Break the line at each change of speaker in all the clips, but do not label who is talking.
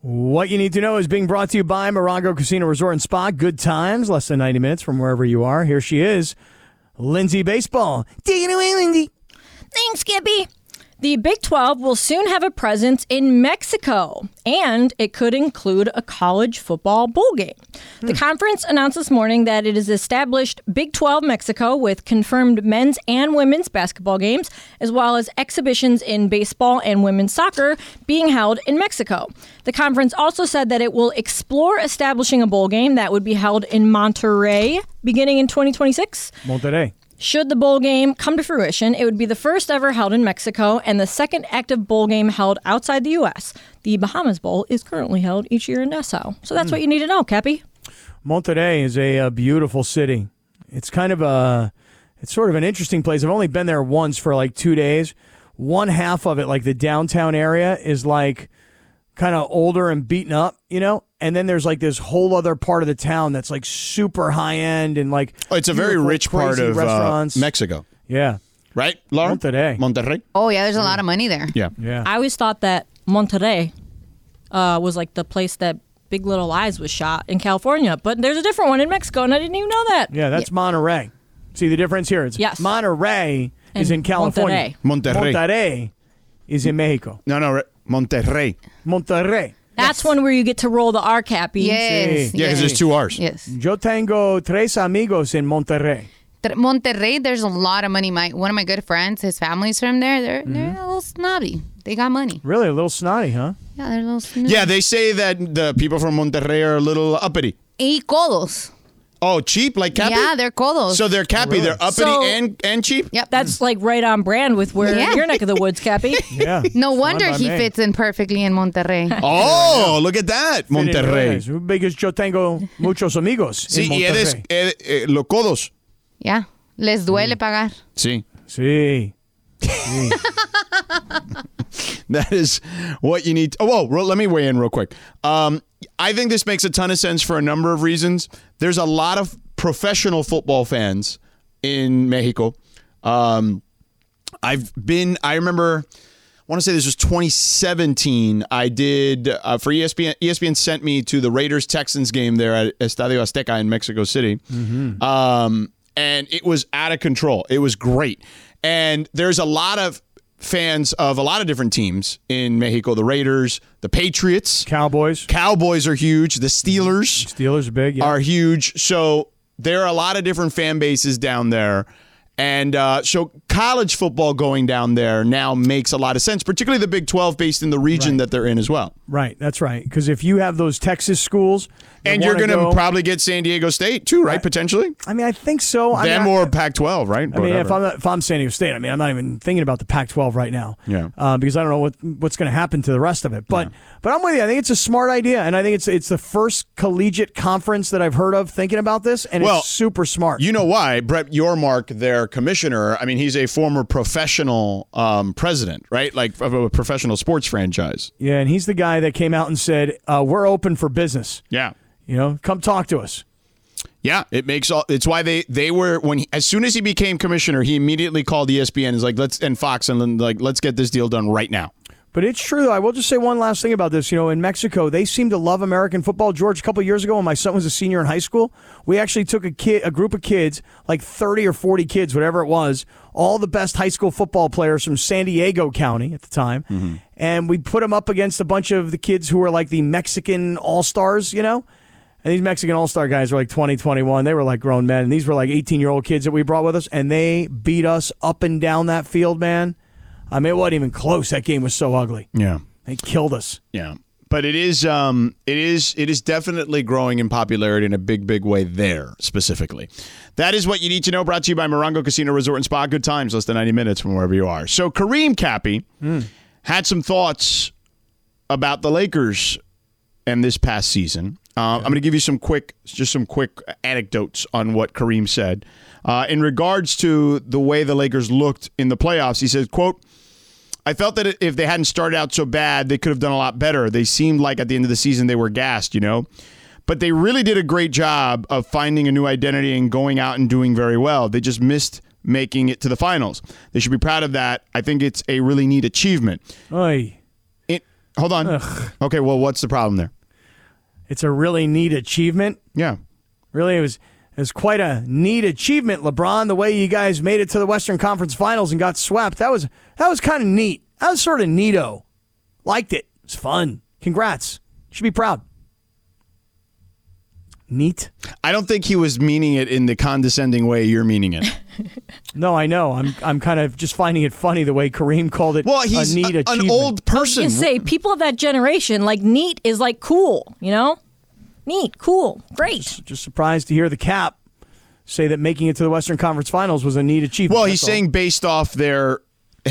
What you need to know is being brought to you by Morongo Casino Resort and Spa. Good times, less than 90 minutes from wherever you are. Here she is, Lindsay Baseball. Take it away, Lindsay.
Thanks, Skippy. The Big 12 will soon have a presence in Mexico, and it could include a college football bowl game. The conference announced this morning that it has established Big 12 Mexico with confirmed men's and women's basketball games, as well as exhibitions in baseball and women's soccer being held in Mexico. The conference also said that it will explore establishing a bowl game that would be held in Monterrey beginning in 2026.
Monterrey.
Should the bowl game come to fruition, it would be the first ever held in Mexico and the second active bowl game held outside the U.S. The Bahamas Bowl is currently held each year in Nassau. So that's what you need to know, Cappy.
Monterrey is a, uh beautiful city. It's kind of a, it's sort of an interesting place. I've only been there once for like two days. One half of it, like the downtown area, is like kind of older and beaten up, you know. And then there's like this whole other part of the town that's like super high end and like
Oh, it's a very
beautiful,
rich part
crazy
of uh,
restaurants.
Mexico,
yeah,
right, Laura?
Monterrey.
Monterrey.
Oh yeah, there's a lot of money there.
Yeah.
yeah.
I always thought that Monterrey uh, was like the place that Big Little Lies was shot in California, but there's a different one in Mexico, and I didn't even know that.
Yeah, that's Monterey. See the difference here? It's
Yes.
Monterey is in
And
California.
Monterrey.
Monterrey is in Mexico.
No, no, re- Monterrey.
Monterrey.
That's one where you get to roll the R, Cappy.
Yes.
Yeah, because there's two R's.
Yes.
Yo tengo tres amigos en Monterrey.
Th- Monterrey, there's a lot of money. My one of my good friends, his family's from there. They're
Mm-hmm.
they're a little snobby. They got money.
Really, a little snotty, huh?
Yeah, they're a little snobby.
Yeah, they say that the people from Monterrey are a little uppity.
Y codos.
Oh, cheap like Cappy.
Yeah, they're codos.
So they're Cappy. They're uppity
So-
and and cheap.
yep.
That's like right on brand with where
Yeah.
your neck of the woods, Cappy.
Yeah.
no wonder
by
he
me.
fits in perfectly in Monterrey.
Oh, look at that, Monterrey.
Monterrey. Because yo tengo muchos amigos
Sí,
en
y eres
Monterrey.
eh, eh, los codos.
yeah. Les
Mm.
duele pagar.
Sí.
Sí.
That is what you need. Oh, whoa, real- let me weigh in real quick. Um, I think this makes a ton of sense for a number of reasons. There's a lot of professional football fans in Mexico. Um, I've been, I remember, I want to say this was 2017. I did uh, for ESPN. ESPN sent me to the Raiders Texans game there at Estadio Azteca in Mexico City. Um, and it was out of control. It was great. And there's a lot of fans of a lot of different teams in Mexico the Raiders, the Patriots,
Cowboys.
Cowboys are huge, the Steelers
Steelers are big. Yeah.
are huge. So there are a lot of different fan bases down there. And uh, so college football going down there now makes a lot of sense, particularly the Big 12 based in the region that they're in as well.
right. That's right. Because if you have those Texas schools, that
And you're
wanna
going to
go-
probably get San Diego State too, right? Potentially?
I mean, I think so. I mean,
Them
I-
or Pac 12,
I
right?
mean, if
Whatever.
I'm not, if I'm San Diego State, I mean, I'm not even thinking about the Pac-12 right now.
Yeah.
Uh, because I don't know what what's going to happen to the rest of it. But but I'm with you. I think it's a smart idea, and I think it's it's the first collegiate conference that I've heard of thinking about this, and
Well,
it's super smart.
You know why? Brett Yormark, their commissioner, I mean, he's a former professional um, president, right? Like of a professional sports franchise.
yeah, and he's the guy that came out and said uh, we're open for business.
Yeah.
You know, come talk to us.
Yeah, it makes all. It's why they they were when he, as soon as he became commissioner, he immediately called E ESPN. and Is like let's and Fox and then like let's get this deal done right now.
But it's true. though. I will just say one last thing about this. You know, in Mexico, they seem to love American football. George, a couple of years ago, when my son was a senior in high school, we actually took a kid, a group of kids, like thirty or forty kids, whatever it was, all the best high school football players from San Diego County at the time, and we put them up against a bunch of the kids who were like the Mexican all stars. You know. And these Mexican All Star guys were like 20, 21. They were like grown men. And these were like 18 year old kids that we brought with us. And they beat us up and down that field, man. I mean, it wasn't even close. That game was so ugly.
Yeah,
They killed us.
yeah. But it is um it is it is definitely growing in popularity in a big big way there specifically. That is what you need to know. Brought to you by Morongo Casino Resort and Spa. Good times, less than ninety minutes from wherever you are. So Kareem Cappy had some thoughts about the Lakers and this past season. Uh, I'm going to give you some quick, just some quick anecdotes on what Kareem said uh, in regards to the way the Lakers looked in the playoffs. He said, "quote I felt that if they hadn't started out so bad, they could have done a lot better. They seemed like at the end of the season they were gassed, you know. But they really did a great job of finding a new identity and going out and doing very well. They just missed making it to the finals. They should be proud of that. I think it's a really neat achievement.
Oy.
In, Hold on. Okay, well, what's the problem there?
It's a really neat achievement.
Yeah.
Really, it was it was quite a neat achievement, LeBron. The way you guys made it to the Western Conference Finals and got swept that was that was kind of neat. That was sort of neato. Liked it. It was fun. Congrats. Should be proud. Neat.
I don't think he was meaning it in the condescending way you're meaning it.
No, I know. I'm I'm kind of just finding it funny the way Kareem called it.
Well, he's
a neat
a- an
achievement.
old person.
You say people of that generation like neat is like cool, you know? Neat, cool, great.
Just surprised to hear the cap say that making it to the Western Conference Finals was a neat achievement.
Well, he's
That's all.
saying based off their.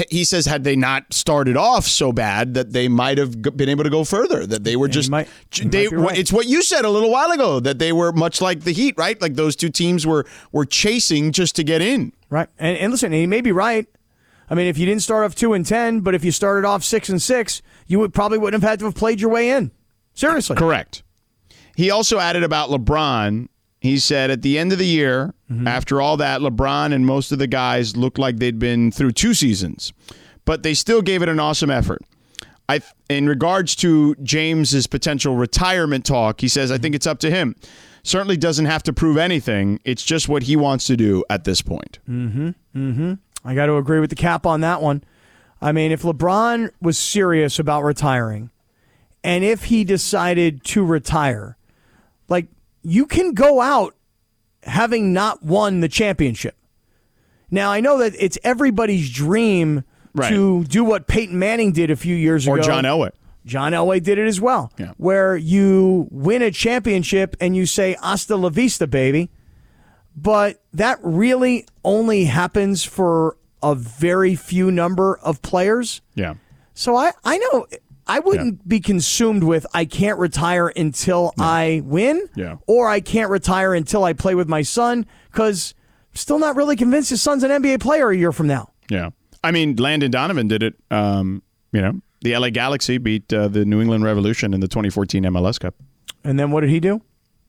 He says, had they not started off so bad, that they might have g- been able to go further. That they were just.
might- you
they.
might be right.
It's what you said a little while ago. That they were much like the Heat, right? Like those two teams were were chasing just to get in.
Right. And, and listen, he may be right. I mean, if you didn't start off two and ten, but if you started off six and six, you would probably wouldn't have had to have played your way in. Seriously.
Correct. He also added about LeBron. He said at the end of the year, after all that, LeBron and most of the guys looked like they'd been through two seasons, but they still gave it an awesome effort. I, in regards to James's potential retirement talk, he says, "I think it's up to him. Certainly doesn't have to prove anything. It's just what he wants to do at this point."
I got to agree with the cap on that one. I mean, if LeBron was serious about retiring, and if he decided to retire, like you can go out having not won the championship. Now I know that it's everybody's dream
Right.
to do what Peyton Manning did a few years
Or
ago,
John Elway.
John Elway did it as well,
Yeah.
where you win a championship and you say "Hasta la vista, baby," but that really only happens for a very few number of players.
Yeah.
So I, I know I wouldn't be consumed with I can't retire until I win,
Yeah.
or I can't retire until I play with my son because still not really convinced his son's an NBA player a year from now.
Yeah. I mean, Landon Donovan did it. Um, you know, the LA Galaxy beat uh, the New England Revolution in the 2014 MLS Cup.
And then what did he do?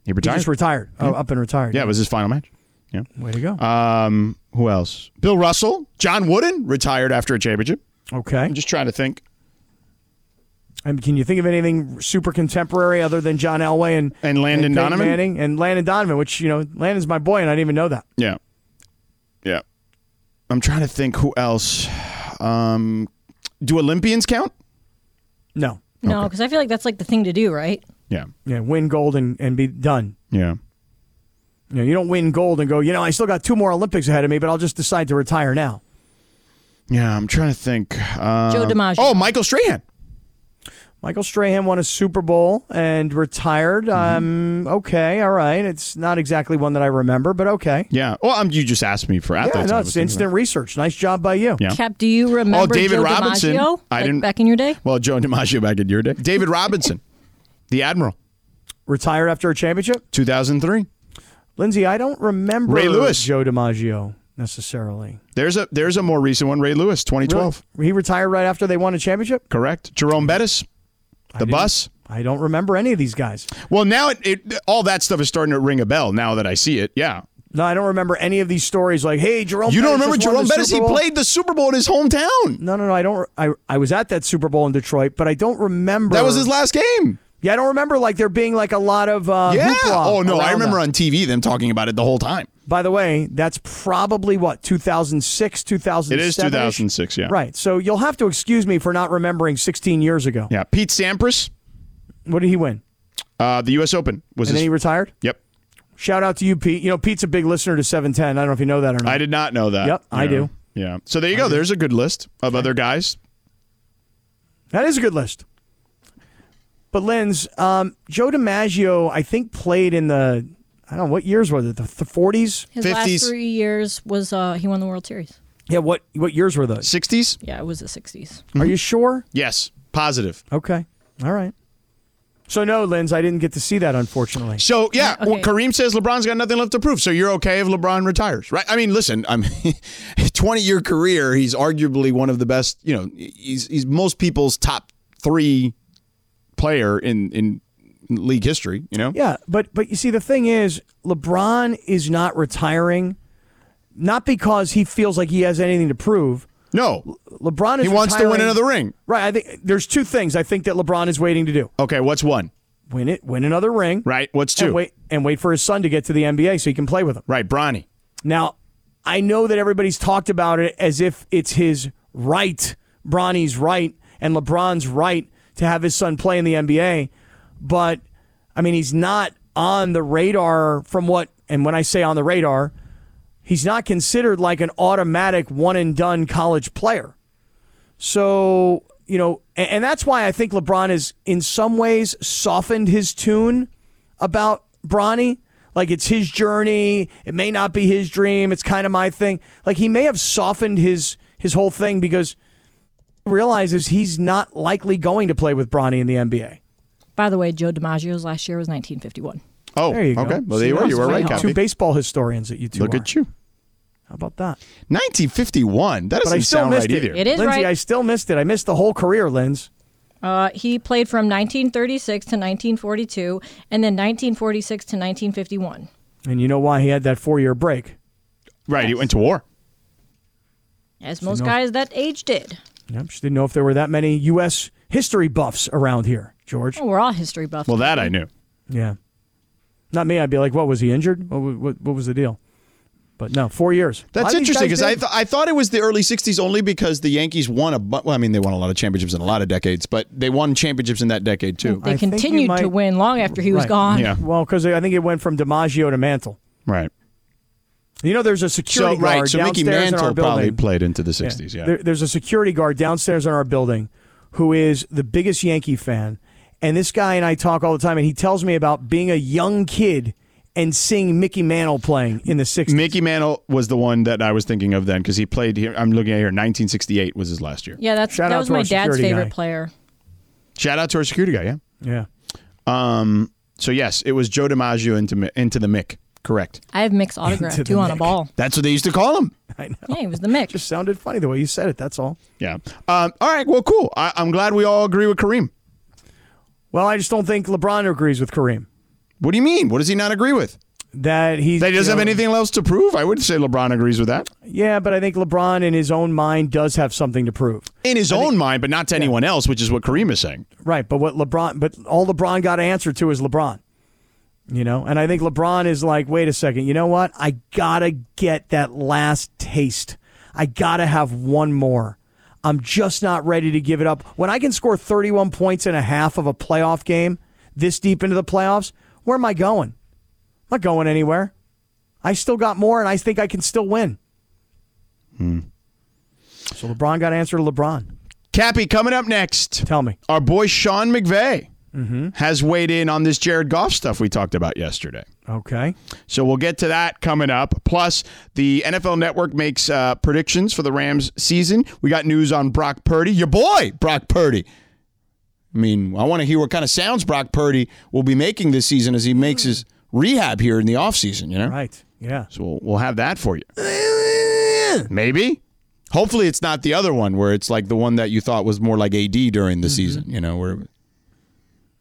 He
He
retired.
just retired, oh, up and retired.
yeah, it was his final match. Yeah.
way to go.
Um, who else? Bill Russell, John Wooden retired after a championship.
okay.
I'm just trying to think.
I mean, can you think of anything super contemporary other than John Elway and
And Landon
Peyton
Donovan?
Manning and Landon Donovan? Which you know, Landon's my boy, and I didn't even know that.
Yeah. Yeah. I'm trying to think who else. Um, do Olympians count?
No,
No, because I feel like that's like the thing to do, right?
Yeah.
yeah, win gold and, and be done.
Yeah.
You know, you don't win gold and go. You know, I still got two more Olympics ahead of me, but I'll just decide to retire now.
Yeah. I'm trying to think. Um,
Joe DiMaggio.
Oh, Michael Strahan.
Michael Strahan won a Super Bowl and retired. Um,
Mm-hmm.
okay, all right. It's not exactly one that I remember, but okay.
Yeah. Well, um, you just asked me for athletes.
Yeah,
I
no,
was
it's
thinking
instant research. Nice job by you.
Yeah. Oh,
Cap, do you remember
David
Joe
Robinson.
DiMaggio?
I
like,
didn't-
back in your day.
Well, Joe DiMaggio back in your day. David Robinson, the Admiral,
Retired after a championship.
2003.
Lindsay, I don't remember
Ray Lewis.
Joe DiMaggio necessarily.
There's a there's a more recent one. Ray Lewis, 2012.
Really? He retired right after they won a championship?
Correct. Jerome Bettis, the bus.
I don't remember any of these guys.
Well, now it, it all that stuff is starting to ring a bell. Now that I see it, yeah.
No, I don't remember any of these stories like, hey, Jerome
You don't
Bettis
remember
just won
Jerome
the
Bettis? He
Super Bowl.
played the Super Bowl in his hometown.
No, no, no. I don't. I, I was at that Super Bowl in Detroit, but I don't remember.
That was his last game.
Yeah, I don't remember like there being like a lot of uh,
Yeah.
hoopla
Oh no, I
around
remember
that.
on TV them talking about it the whole time.
By the way, that's probably what 2006, 2007.
It is 2006, yeah.
Right. So you'll have to excuse me for not remembering 16 years ago.
Yeah. Pete Sampras,
What did he win?
uh, the U.S. Open was
And then
his.
he retired.
yep.
Shout out to you, Pete. You know, Pete's a big listener to 710. I don't know if you know that or not.
I did not know that.
Yep, I
Yeah.
do.
Yeah. So there you go. There's a good list of other guys.
That is a good list. But Linz, um, Joe DiMaggio, I think played in the I don't know what years was it the forties.
His
50s.
last three years was uh, he won the World Series.
Yeah, what what years were those? Mm-hmm.
60s?
Yeah, it was the '60s.
Are you sure?
Yes. Positive.
Okay, all right. So no, Linz, I didn't get to see that unfortunately.
So
Yeah,
yeah,
okay.
well, Kareem says LeBron's got nothing left to prove. So you're okay if LeBron retires, right? I mean, listen, I'm 20 year career. He's arguably one of the best. You know, he's he's most people's top three player in in league history. You know,
Yeah, but but you see the thing is, LeBron is not retiring, not because he feels like he has anything to prove,
No.
LeBron is
He wants to win
retiring-
another ring.
Right. I think there's two things I think that LeBron is waiting to do:
Okay, what's one?
win it, win another ring,
Right? What's two?
and wait and wait for his son to get to the NBA so he can play with him.
Right, Bronny.
Now, I know that everybody's talked about it as if it's his right, Bronny's right, and LeBron's right to have his son play in the NBA. But, I mean, he's not on the radar from what, and when I say on the radar, he's not considered like an automatic one and done college player. So, you know, and, and that's why I think LeBron has, in some ways, softened his tune about Bronny. Like, it's his journey. It may not be his dream. It's kind of my thing. Like, he may have softened his, his whole thing because he realizes he's not likely going to play with Bronny in the NBA.
By the way, Joe DiMaggio's last year was 1951.
Oh,
There you go.
okay. Well, there
See,
you were.
that's
You were right,
Two
Cappy.
baseball historians that you two
Look
are.
at you.
How about that?
1951. That
But I
doesn't
still
sound
missed
right
it.
either.
It is
Lindsay,
right.
I still missed it. I missed the whole career, Linz.
Uh, he played from 1936 to 1942 and then 1946 to 1951.
And you know why he had that four year break?
Right, he went to war.
As most guys that age did.
Yep, just didn't know if there were that many U.S. history buffs around here, George.
Well, Oh, we're all history buffs.
Well, that I knew.
Yeah, not me. I'd be like, "What was he injured? What, wa- what, what was the deal?" But no, four years. A lot
That's
of these
interesting
guys
because I,
did.
th- I thought it was the early 60s only because the Yankees won a bu- well, I mean, they won a lot of championships in a lot of decades, but they won championships in that decade too.
I
they
think you
continued to
might-
win long after he was
Right.
gone.
Yeah.
well, because I think it went from DiMaggio to Mantle.
Right.
You know, there's a
So,
security guard
right. So Mickey
downstairs in our
Mantle
building.
probably played into the 60s. Yeah.
There- there's a security guard downstairs in our building who is the biggest Yankee fan. And this guy and I talk all the time, and he tells me about being a young kid and seeing Mickey Mantle playing in the 60s.
Mickey Mantle was the one that I was thinking of then because he played here. I'm looking at here. 1968 was his last year.
Yeah, that's
Shout
that
out
was
to
my
our
dad's
security
favorite
guy.
player.
Shout out to our security guy. Yeah.
yeah.
Um. So yes, it was Joe DiMaggio into Mi- into the Mick. Correct.
I have Mick's autograph
Into the
too on a
Mick.
ball.
That's what they used to call him.
I know.
Yeah, he was the Mick.
Just sounded funny the way you said it. That's all.
Yeah. Um. All right. Well, cool. I, I'm glad we all agree with Kareem.
Well, I just don't think LeBron agrees with Kareem
What do you mean? What does he not agree with?
that he
That he doesn't
you know,
have anything else to prove. I would say LeBron agrees with that
Yeah, but I think LeBron in his own mind does have something to prove.
in his own mind, but not to anyone else, which is what Kareem is saying.
Right, but what LeBron, but all LeBron got to answer to is LeBron. You know, and I think LeBron is like, wait a second, you know what? I gotta get that last taste. I gotta have one more. I'm just not ready to give it up. When I can score 31 points in a half of a playoff game this deep into the playoffs, where am I going? I'm not going anywhere. I still got more, and I think I can still win. So LeBron got to answer to LeBron.
Cappy coming up next.
Tell me.
Our boy Sean McVay has weighed in on this Jared Goff stuff we talked about yesterday.
Okay.
So we'll get to that coming up. Plus, the NFL Network makes uh, predictions for the Rams season. We got news on Brock Purdy, your boy Brock Purdy. I mean, I want to hear what kind of sounds Brock Purdy will be making this season as he makes his rehab here in the offseason, you know?
Right. Yeah.
So we'll, we'll have that for you. Maybe. Hopefully, it's not the other one where it's like the one that you thought was more like AD during
Mm-hmm.
the season, you know? Where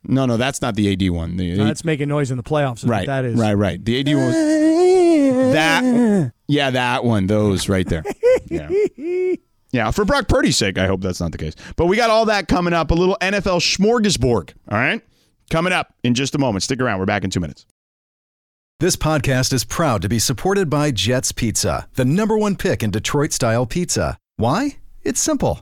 no, no, that's not the AD one. The,
No, that's making noise in the playoffs. Is
right,
What that is
right, right. The AD one was that yeah that one those right there yeah yeah for brock purdy's sake i hope that's not the case but we got all that coming up a little nfl smorgasbord all right coming up in just a moment stick around we're back in two minutes
This podcast is proud to be supported by Jets Pizza, the number one pick in Detroit style pizza. Why? It's simple.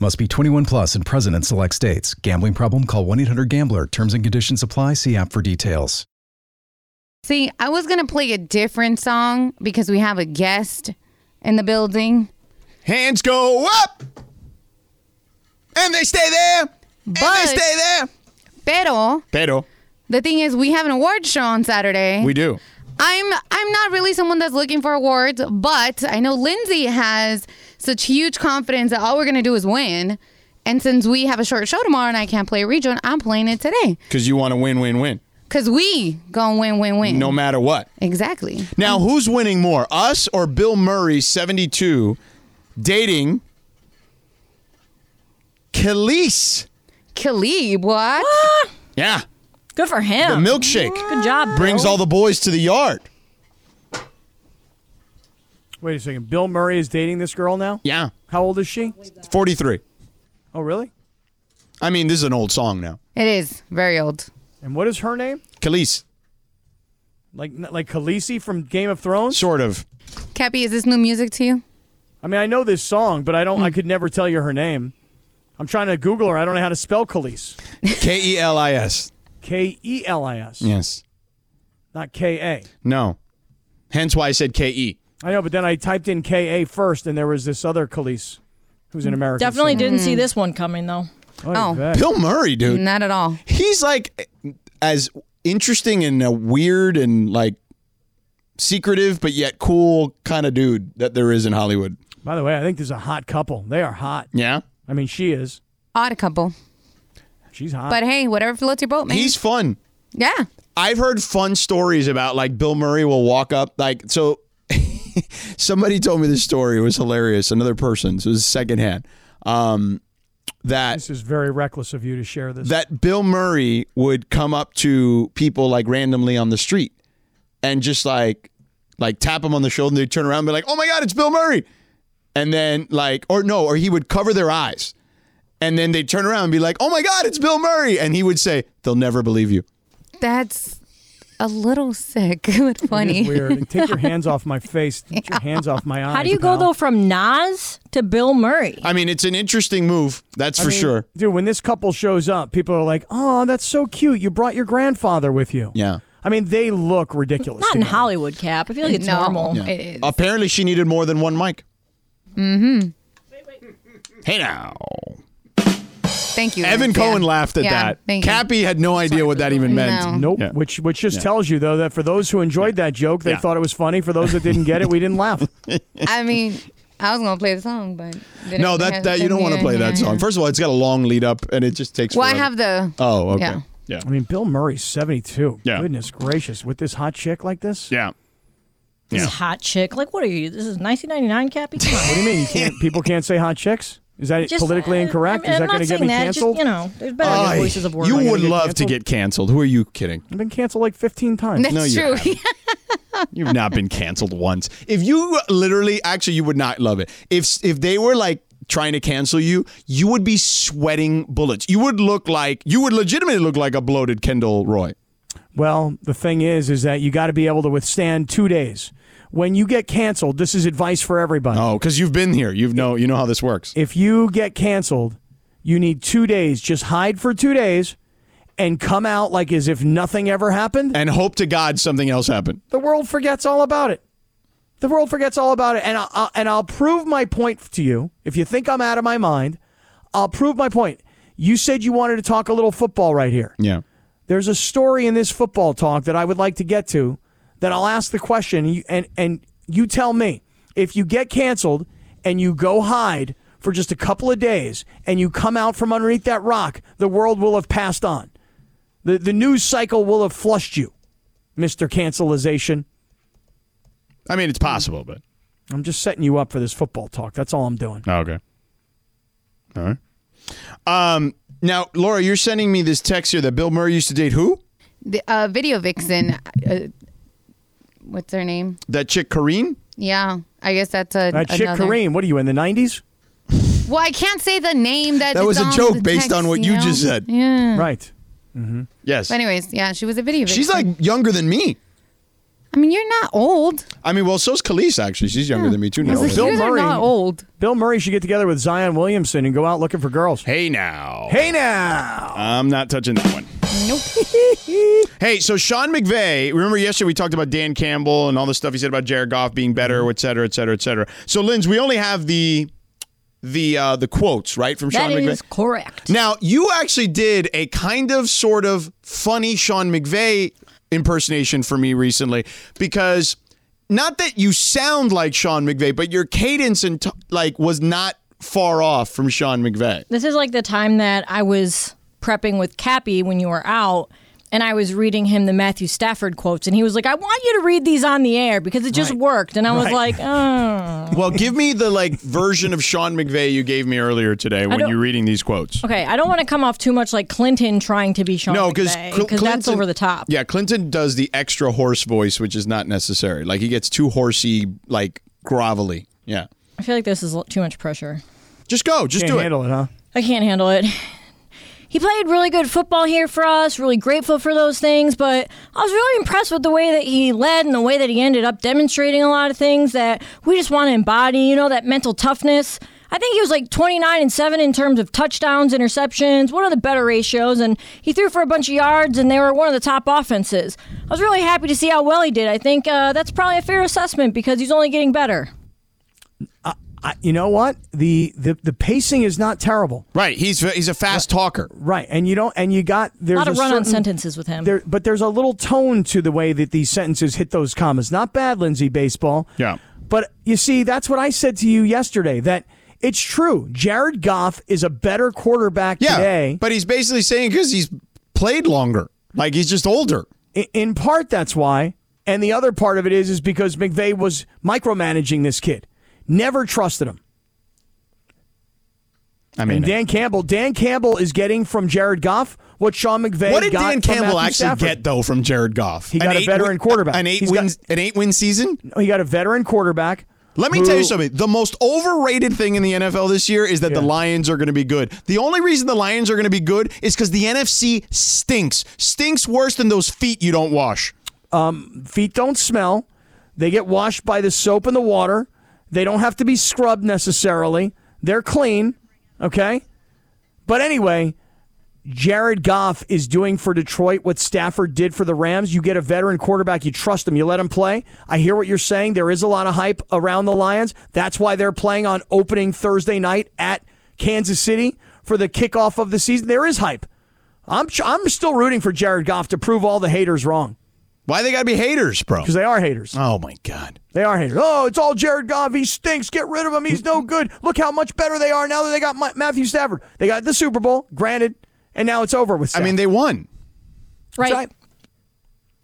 Must be 21 plus and present in select states. Gambling problem? Call 1 800 Gambler. Terms and conditions apply. See app for details.
See, I was gonna play a different song because we have a guest in the building,
Hands go up, and they stay there, and they
But-
stay there.
pero
Pero
the thing is, we have an award show on Saturday.
we do.
I'm I'm not really someone that's looking for awards, but I know Lindsay has such huge confidence that all we're gonna do is win. And since we have a short show tomorrow and I can't play a rejoin, I'm playing it today.
Because you want to win, win, win,
Cause we gonna win, win, win.
no matter what.
Exactly.
Now, who's winning more, us or Bill Murray, 72, dating Khalees?
Khalib, what?
Yeah,
Good for
the
him.
milkshake
Good job. Bill.
brings all the boys to the yard.
Wait a second. Bill Murray is dating this girl now?
Yeah,
How old is she?
43.
Oh, really?
I mean, this is an old song now.
It is very old.
And what is her name?
Khalees,
Like like Khaleesi from Game of Thrones?
sort of.
Cappy, is this new music to you?
I mean, I know this song, but I don't
Hmm.
I could never tell you her name. I'm trying to Google her. I don't know how to spell Khalees.
K E L I S.
K E L I S,
Yes.
not K A.
No. Hence why I said K E.
I know, but then I typed in K A first, and there was this other Khalees who's an American.
Definitely
singer.
didn't see this one coming though.
Oh,
Oh.
yeah.
Bill Murray, dude.
Not at all.
He's like as interesting and uh, weird and like secretive, but yet cool kind of dude that there is in Hollywood.
By the way, I think there's a hot couple. They are hot.
Yeah.
I mean, she is.
Odd couple.
She's hot.
But hey, whatever floats your boat, man.
He's fun.
yeah.
I've heard fun stories about like Bill Murray will walk up like so. somebody told me this story. It was hilarious. Another person. So it was secondhand. Um, that
this is very reckless of you to share this.
that Bill Murray would come up to people like randomly on the street and just like like tap them on the shoulder and they'd turn around and be like, "Oh my god, it's Bill Murray." And then like or no, or he would cover their eyes. And then they'd turn around and be like, "Oh my god, it's Bill Murray." And he would say, "They'll never believe you."
That's a little sick, but
It's
funny.
weird. And take your hands off my face. Take your hands off my eyes.
How do you go
pal.
though from Nas to Bill Murray?
I mean, it's an interesting move, that's for sure.
Dude, when this couple shows up, people are like, "Oh, that's so cute. You brought your grandfather with you."
Yeah.
I mean, they look ridiculous.
Not in
together.
Hollywood, Cap. I feel like it's
no,
normal.
it is.
Apparently, she needed more than one mic. Mm-hmm. Hey now,
Thank you.
Evan
Liz.
Cohen
Yeah.
laughed at
Yeah,
that.
Thank you.
Cappy had no idea what that even meant.
No.
Nope.
Yeah.
Which which just tells you though that for those who enjoyed that joke, they
Yeah.
thought it was funny. For those that didn't get it, we didn't laugh.
I mean, I was gonna play the song, but didn't
No,
have
that, that you
the
don't want to
time.
play that
Yeah,
song.
yeah.
First of all, it's got a long lead up, and it just takes.
Well, I
forever.
have the.
Oh, okay.
Yeah.
Yeah.
I mean, Bill Murray's seventy-two.
Yeah.
Goodness gracious, with this hot chick like this.
Yeah.
This hot chick. Like, what are you? This is 1999, Cappy. Come on.
What do you mean? You can't, people can't say hot chicks? Is that
Just-
politically
uh,
incorrect?
I'm-
is that
I'm not
going to get
saying
me
that, just,
canceled?
you know, there's better voices of words.
you
Am I gonna
would
get
love to
canceled?
get canceled. Who are you kidding?
I've been canceled like fifteen times.
That's
No, you
true.
haven't. You've not been canceled once. If you literally, actually, you would not love it. If if they were like trying to cancel you, you would be sweating bullets. You would look like you would legitimately look like a bloated Kendall Roy.
Well, the thing is, is that you got to be able to withstand two days. When you get canceled, this is advice for everybody.
Oh, because you've been here. You know you know how this works.
If you get canceled, you need two days. Just hide for two days and come out like as if nothing ever happened.
And hope to God something else happened.
The world forgets all about it. The world forgets all about it. And I'll, I'll, and I'll prove my point to you. If you think I'm out of my mind, I'll prove my point. You said you wanted to talk a little football right here.
Yeah.
there's a story in this football talk that I would like to get to that I'll ask the question and you- and, and you tell me if you get canceled and you go hide for just a couple of days and you come out from underneath that rock, the world will have passed on. The the news cycle will have flushed you, Mr. Cancelization.
I mean, it's possible, but
I'm just setting you up for this football talk. That's all I'm doing.
Oh, okay. All right. Um, now, Laura, you're sending me this text here that Bill Murray used to date who?
The uh, video vixen. Uh, what's her name?
That chick, Kareen?
Yeah, I guess that's a.
That chick
another-
Kareem, what are you in the 90s?
Well, I can't say the name. That
That
is
was a
on
joke
the
based
text,
on what you
know?
just said.
Yeah.
Right.
Yes.
But anyways, yeah, she was a video.
She's
vixen.
like younger than me.
I mean, you're not old.
I mean, well, so's Khalees, actually. She's younger than me, too. Now.
Bill
you guys are
Murray.
not old.
Bill Murray should get together with Zion Williamson and go out looking for girls.
Hey, now.
Hey now.
I'm not touching that one. hey, so Sean McVay, remember yesterday we talked about Dan Campbell and all the stuff he said about Jared Goff being better, et cetera, et cetera, et cetera. So, Linz, we only have the the uh, the quotes, right, from
That
Sean
is
McVay?
correct.
Now, you actually did a kind of sort of funny Sean McVay impersonation for me recently because not that you sound like Sean McVay, but your cadence and t- like was not far off from Sean McVay.
This is like the time that I was prepping with Cappy when you were out. And I was reading him the Matthew Stafford quotes, and he was like, "I want you to read these on the air because it just worked." And I was like, oh.
Well, give me the like version of Sean McVay you gave me earlier today when
don't-
you're reading these quotes.
"Okay, I don't want to come off too much like Clinton trying to be Sean
No, because
because that's over the top."
Yeah, Clinton does the extra horse voice, which is not necessary. Like he gets too horsey, like grovelly. Yeah,
I feel like this is l- too much pressure.
just go, just
Can't
do it.
handle it, huh?
I can't handle it. He played really good football here for us, really grateful for those things, but I was really impressed with the way that he led and the way that he ended up demonstrating a lot of things that we just want to embody, you know, that mental toughness. I think he was like 29 and 7 in terms of touchdowns, interceptions, one of the better ratios, and he threw for a bunch of yards, and they were one of the top offenses. I was really happy to see how well he did. I think uh, that's probably a fair assessment because he's only getting better.
I, you know what? The, the the pacing is not terrible,
Right, he's he's a fast talker.
right? And you don't, and you got
A
there's
lot of run on
certain-
sentences with him.
There, but there's a little tone to the way that these sentences hit those commas. Not bad, Lindsay baseball.
Yeah.
But you see, that's what I said to you yesterday. That it's true. Jared Goff is a better quarterback
Yeah,
today.
but he's basically saying because he's played longer, like he's just older.
I- in part that's why and the other part of it is is because McVay was micromanaging this kid never trusted him
I mean,
and Dan Campbell Dan Campbell is getting from Jared Goff what Sean McVay
what did
got
Dan
from
Campbell
Matthew
actually
Stafford.
get though from Jared Goff?
He got a
eight
veteran
win-
quarterback.
An eight
He's
win,
got-
an eight win season.
he Oh, got a veteran quarterback
Let me
who-
tell you something. The most overrated thing in the NFL this year is that the
Yeah.
Lions are going to be good. The only reason the Lions are going to be good is because the NFC stinks. Stinks worse than those feet you don't wash.
feet don't smell they get washed by the soap and the water they don't have to be scrubbed necessarily they're clean okay but anyway Jared Goff is doing for Detroit what Stafford did for the Rams. You get a veteran quarterback, you trust him, you let him play. I hear what you're saying. There is a lot of hype around the Lions. That's why they're playing on opening Thursday night at Kansas City for the kickoff of the season. There is hype. I'm I'm still rooting for Jared Goff to prove all the haters wrong
Why they got to be haters, bro?
because they are haters.
Oh my god.
They are haters. Oh, it's all Jared Goff. He stinks. Get rid of him. He's no good. Look how much better they are now that they got Ma- Matthew Stafford. They got the Super Bowl, granted, and now it's over with.
I
Stafford.
mean, they won.
right?
That's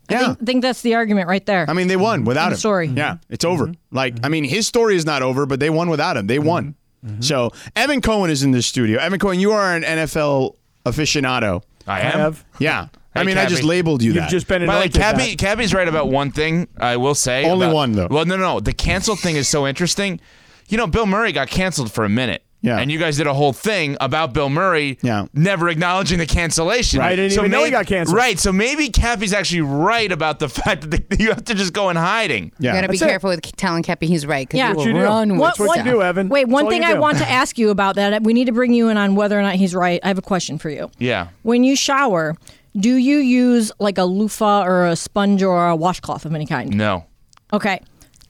Yeah.
I think that's the argument right there.
I mean, they won without
End
him.
of story. Mm-hmm.
Yeah, it's over. Like, I mean, his story is not over, but they won without him. They won.
Mm-hmm.
So, Evan Cohen is in the studio. Evan Cohen, you are an NFL aficionado.
I
I
am.
have.
Yeah. I
Hey,
mean, I just
Cappy.
labeled you
You've
that.
just been
By the way,
anointed.
Cabby,
that.
Cabby's right about one thing. I will say
Only
about-
one, though.
Well, no, no, no. The cancel thing is so interesting. You know, Bill Murray got canceled for a minute.
Yeah.
And you guys did a whole thing about Bill Murray
Yeah.
never acknowledging the cancellation.
Right, I didn't even know he got canceled.
Right. So maybe Cappy's actually right about the fact that you have to just go in hiding.
Yeah.
You gotta be
That's it.
careful with telling Kepi he's right because
Yeah.
you
What
will
you do.
run with
That's what you
stuff.
do, Evan.
Wait,
That's
one
all
thing
you
I
do.
want to ask you about that. We need to bring you in on whether or not he's right. I have a question for you.
Yeah.
When you shower, do you use like a loofah or a sponge or a washcloth of any kind?
No.
Okay.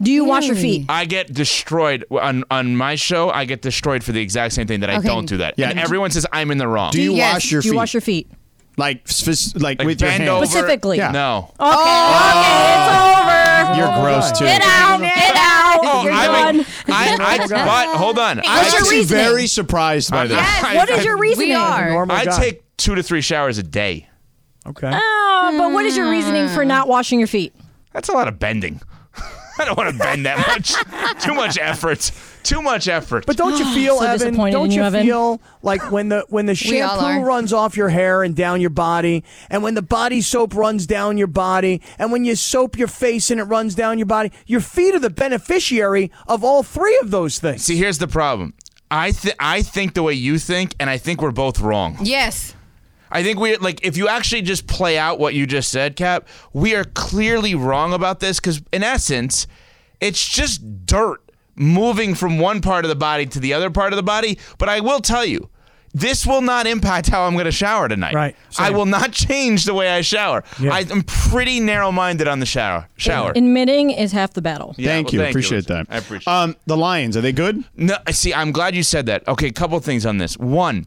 Do you wash your feet?
I get destroyed on on my show. I get destroyed for the exact same thing that I
Okay.
don't do that.
Yeah.
And everyone says I'm in the wrong.
Do you
Yes.
wash your
do you
feet?
wash your feet?
like, s- like,
like
with your
bend
hands?
over?
Specifically. Yeah.
No.
Oh,
Okay. okay, it's over.
You're gross too.
Get out. Get out. You're
Oh, I,
done. Oh
mean, I, I, but hold on. I
What's your
actually-
I'm
reasoning?
very surprised by this.
Yes.
what is your reasoning?
We are.
Normal
I
guy.
take two to three showers a day.
Okay.
Oh, but what is your reasoning for not washing your feet?
That's a lot of bending. I don't want to bend that much. Too much effort. Too much effort.
But don't you feel,
So
Evan?
disappointed
Don't
in
you
you, Evan.
feel like when the when the
We all
shampoo
are.
runs off your hair and down your body, and when the body soap runs down your body, and when you soap your face and it runs down your body, your feet are the beneficiary of all three of those things.
See, here's the problem. I th- I think the way you think, and I think we're both wrong.
Yes.
I I think we like if you actually just play out what you just said, Cap, we are clearly wrong about this because in essence, it's just dirt moving from one part of the body to the other part of the body. But I will tell you, this will not impact how I'm going to shower tonight.
Right,
I
same.
will not change the way I shower.
Yeah.
I, am pretty narrow-minded on the shower. Shower.
Admitting is half the battle.
Yeah,
thank
well,
you.
thank you,
appreciate
Lisa.
that.
I appreciate
Um, the Lions, are they good?
No, I see, I'm glad you said that. Okay, couple things on this. One,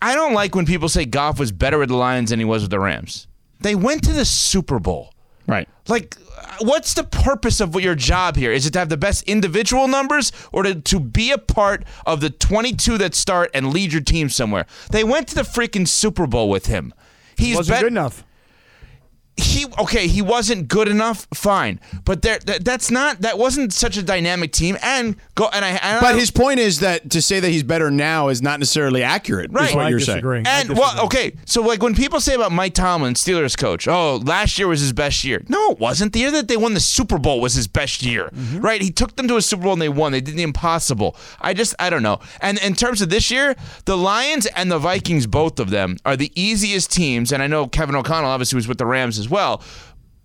I don't like when people say Goff was better with the Lions than he was with the Rams. They went to the Super Bowl.
Right.
Like, what's the purpose of your job here? Is it to have the best individual numbers or to, to be a part of the 22 that start and lead your team somewhere? They went to the freaking Super Bowl with him. He's
Wasn't
bet-
good enough.
he okay he wasn't good enough fine but there that, that's not that wasn't such a dynamic team and go and i and I-
But his point is that to say that he's better now is not necessarily accurate. Right.
Right.
Is what
I
you're
disagree.
saying.
I
and well okay so like when people say about mike tomlin steelers coach oh last year was his best year no it wasn't the year that they won the super bowl was his best year
Mm-hmm.
right he took them to a super bowl and they won they did the impossible i just i don't know and in terms of this year the lions and the vikings both of them are the easiest teams and i know kevin o'connell obviously was with the rams as well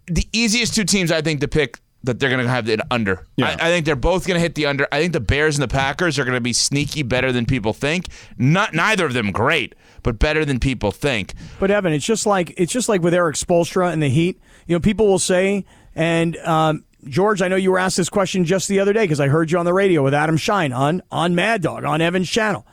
the easiest two teams I think to pick that they're going to have it under.
Yeah.
I, I think they're both going to hit the under. I think the Bears and the Packers are going to be sneaky better than people think. Not neither of them great, but better than people think.
But Evan, it's just like it's just like with Eric Spolstra and the Heat. You know, people will say, and um, George, I know you were asked this question just the other day because I heard you on the radio with Adam Shine on on Mad Dog on Evan's channel.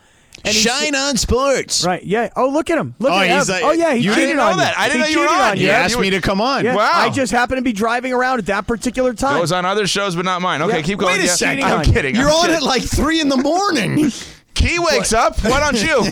And he said-
Shine on sports.
right? Yeah. Oh, look at him. Look
Oh,
at
he's
Evan.
like-
oh, yeah. He
You
cheated
didn't know
on
that.
You.
I didn't
He
know you were
cheated
on.
you.
He
Yeah,
asked
you-
me to come on.
Yeah,
Wow.
I just happened to be driving around at that particular time.
Goes on other shows, but not mine. Okay,
Yeah.
keep going.
Wait a
Yeah.
second.
I'm kidding.
You're
I'm
on
kidding.
at like three in the morning.
Key wakes up. Why don't you?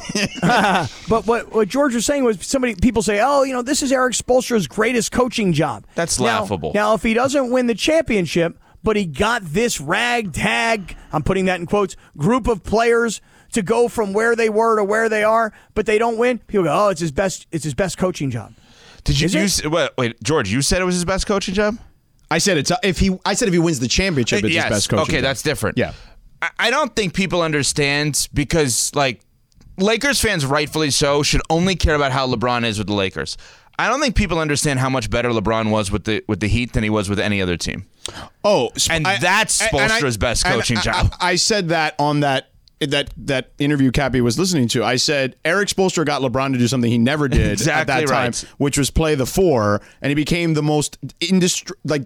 But what, what George was saying was somebody people say, "Oh, you know, this is Eric Spolstra's greatest coaching job."
That's
Now-
laughable.
Now, if he doesn't win the championship, but he got this ragtag, I'm putting that in quotes, group of players to go from where they were to where they are, but they don't win, people go, "Oh, it's his best it's his best coaching job."
Did you?
Is
you
it?
s- wait, wait, George. You said it was his best coaching job.
I said it's if he. I said if he wins the championship, it's
yes.
his best coaching.
Okay,
job.
that's different.
Yeah.
I, I don't think people understand because like Lakers fans, rightfully so, should only care about how LeBron is with the Lakers. I don't think people understand how much better LeBron was with the with the Heat than he was with any other team.
Oh, sp-
And that's Spoelstra's best
and
coaching
I-
job.
I, I said that on that that that interview Cappy was listening to. I said Eric Spolstra got LeBron to do something he never did at
Exactly
that time,
right.
which was play the four, and he became the most indestru- like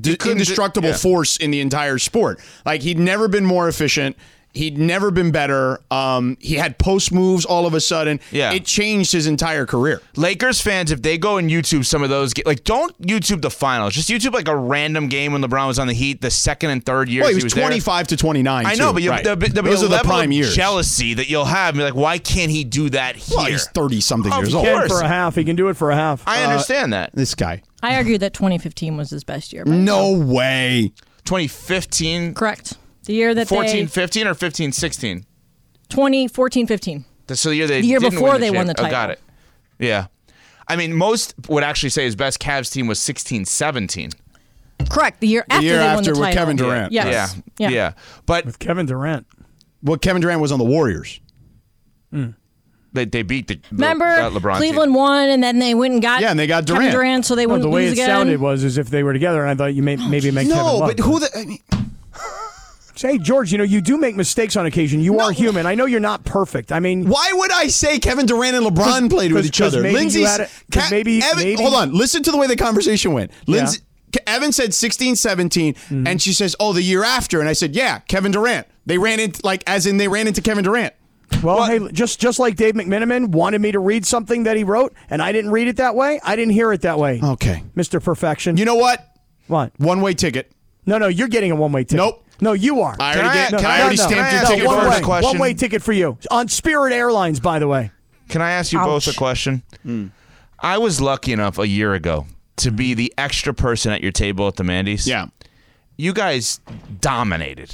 d-
couldn't do-
indestructible
yeah.
force in the entire sport. Like he'd never been more efficient. He'd never been better. Um, he had post moves all of a sudden.
Yeah.
It changed his entire career.
Lakers fans, if they go and YouTube some of those, ga- like don't YouTube the finals, just YouTube like a random game when LeBron was on the Heat, the second and third years
Well, he was,
there.
25 to 29.
I know,
too.
but you,
Right.
there'll be- there'll be
those
a
are the
level
prime
of
years.
jealousy that you'll have. You're like, why can't he do that here?
Well, he's uh, 30 something
Of
years old.
He can
course.
for a half, he can do it for a half.
I understand that.
This guy.
I argue that 2015 was his best
Mm.
year.
No way.
2015,
Correct. The year that
14,
they
15, or 15, 16?
2014 15.
So the year they
The year
didn't
before
win the
they won the
champ- Oh, got it.
title.
Yeah. I mean, most would actually say his best Cavs team was 16, 17.
Correct. The year after
year
they won
after
the
with
title.
Kevin Durant.
Yes.
Yeah. Yeah. But
Kevin Durant.
Well, Kevin Durant was on the Warriors.
they, they beat the, the
Remember,
uh, LeBron
Cleveland won, and then they went and got
Yeah, and they got
Kevin
Durant.
Durant, so they
No,
wouldn't
the way
lose
it
again.
sounded was as if they were together, and I thought you may maybe make Kevin love.
the? I mean,
Hey, George, you know you do make mistakes on occasion. You are human. I know you're not perfect. I mean,
why would I say Kevin Durant and LeBron played with
'cause-
each
'cause
other?
maybe you
Lindsay,
had a- 'cause maybe-
Evan,
maybe-
hold on. Listen to the way the conversation went.
Yeah. Mm-hmm.
Lindsay, Ke- Evan said 16, 17, and she says, "Oh, the year after." And I said, "Yeah, Kevin Durant. They ran into like as in they ran into Kevin Durant."
Well, hey, just just like Dave McMiniman wanted me to read something that he wrote, and I didn't read it that way. I didn't hear it that way.
Okay.
Mister Perfection.
You know what?
what?
One way ticket.
No, no, you're getting a one way ticket.
Nope.
No, you are.
I already, get,
I- can
I
I
already
ask-
stamped
can I
your
ask
ticket
you a
first.
one way,
first question?
one way ticket for you on Spirit Airlines, by the way.
Can I ask you both a question? I was lucky enough a year ago to be the extra person at your table at the Mandy's.
Yeah.
You guys dominated.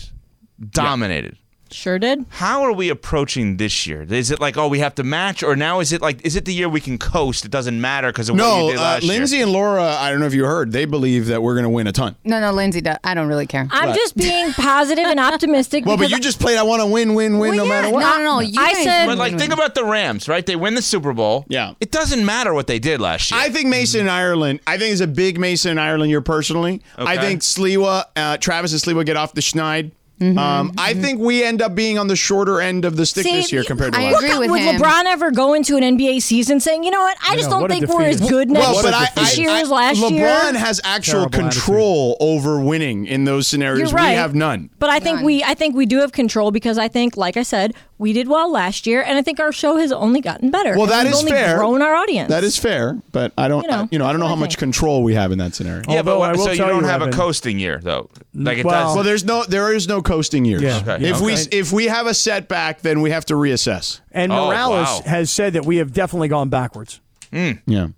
Dominated.
Sure did.
How are we approaching this year? Is it like, oh, we have to match, or now is it like, is it the year we can coast? It doesn't matter because of what
No,
you did
uh,
last year.
Lindsay and Laura, I don't know if you heard, they believe that we're going to win a ton.
No, no, Lindsay, do- I don't really care.
I'm just being positive and optimistic.
Well, but
because
you just played, I want to win, win, win no matter what.
Oh, No, no, no. You
I
guys-
said-
But like, think about the Rams, right? They win the Super Bowl.
Yeah.
It doesn't matter what they did last year.
I think Mason in Ireland. I think it's a big Mason in Ireland year personally. I
Okay.
think Sliwa, uh, Travis and Sliwa get off the schneid.
Mm-hmm.
Um, I think we end up being on the shorter end of the stick
See,
this year compared to
I
last.
agree with
would
him.
LeBron ever go into an NBA season saying, you know what, I just
know,
don't
what a
think we're as
defeatist.
good
Well,
next
Well, but I-
this
I-
year as last
LeBron
year?
has actual
Terrible
control over winning in those scenarios.
You're right.
We have none.
But I think we I think we do have control because I think, like I said, we did well last year, and I think our show has only gotten better.
Well,
and
that
we've
is
only
fair.
Grown our audience.
That is fair, but I don't. You
know,
know, I, you know, I don't know
I
how much
think.
control we have in that scenario.
yeah, but
Although I
what,
will
so you
tell
don't
you,
have a
Evan-
coasting year though. Like it
Well-
does.
Well, there's no, there is no coasting years.
Yeah. Okay.
If we
Okay.
if we have a setback, then we have to reassess.
And
Oh,
Morales
wow.
has said that we have definitely gone backwards.
Yeah.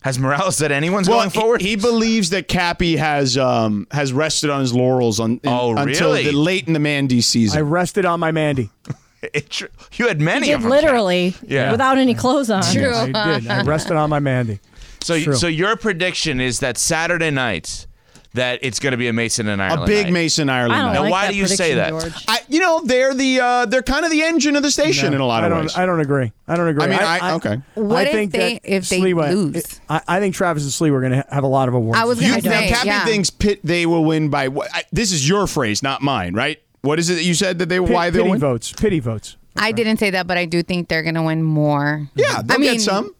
Has Morales said anyone's
Well,
going forward?
He, he believes that Cappy has um, has rested on his laurels on in-
Oh,
until
really?
the late in the Mandy
I
season.
rested on my Mandy.
It tr- you had many
Did
of them.
literally
Yeah.
without any clothes on.
True.
I did. I rested on my Mandy.
Kat. So, so your prediction is that Saturday night that it's going to be a Mason and Ireland.
a big
night.
Mason Ireland.
I don't
night.
Now,
like
why
that
do you say
prediction,
that?
George.
I, you know, they're the uh, they're kind of the engine of the station in a lot
I
of
don't.
ways.
I don't agree. I don't agree.
I mean, I- okay.
What
I
if
think
they-
that
if they
Sliwa-
lose?
I, I think Travis and Slee were going to have a lot of awards.
I was
you
gonna
think
say,
Cappy
yeah.
thinks Pitt they will win by what? I, this is your phrase, not mine, right? What is it that you said that they
Pit-
why they'll
pity
win?
votes. Pity votes.
I didn't say that, but I do think they're gonna win more.
Yeah, they'll
I mean,
get some.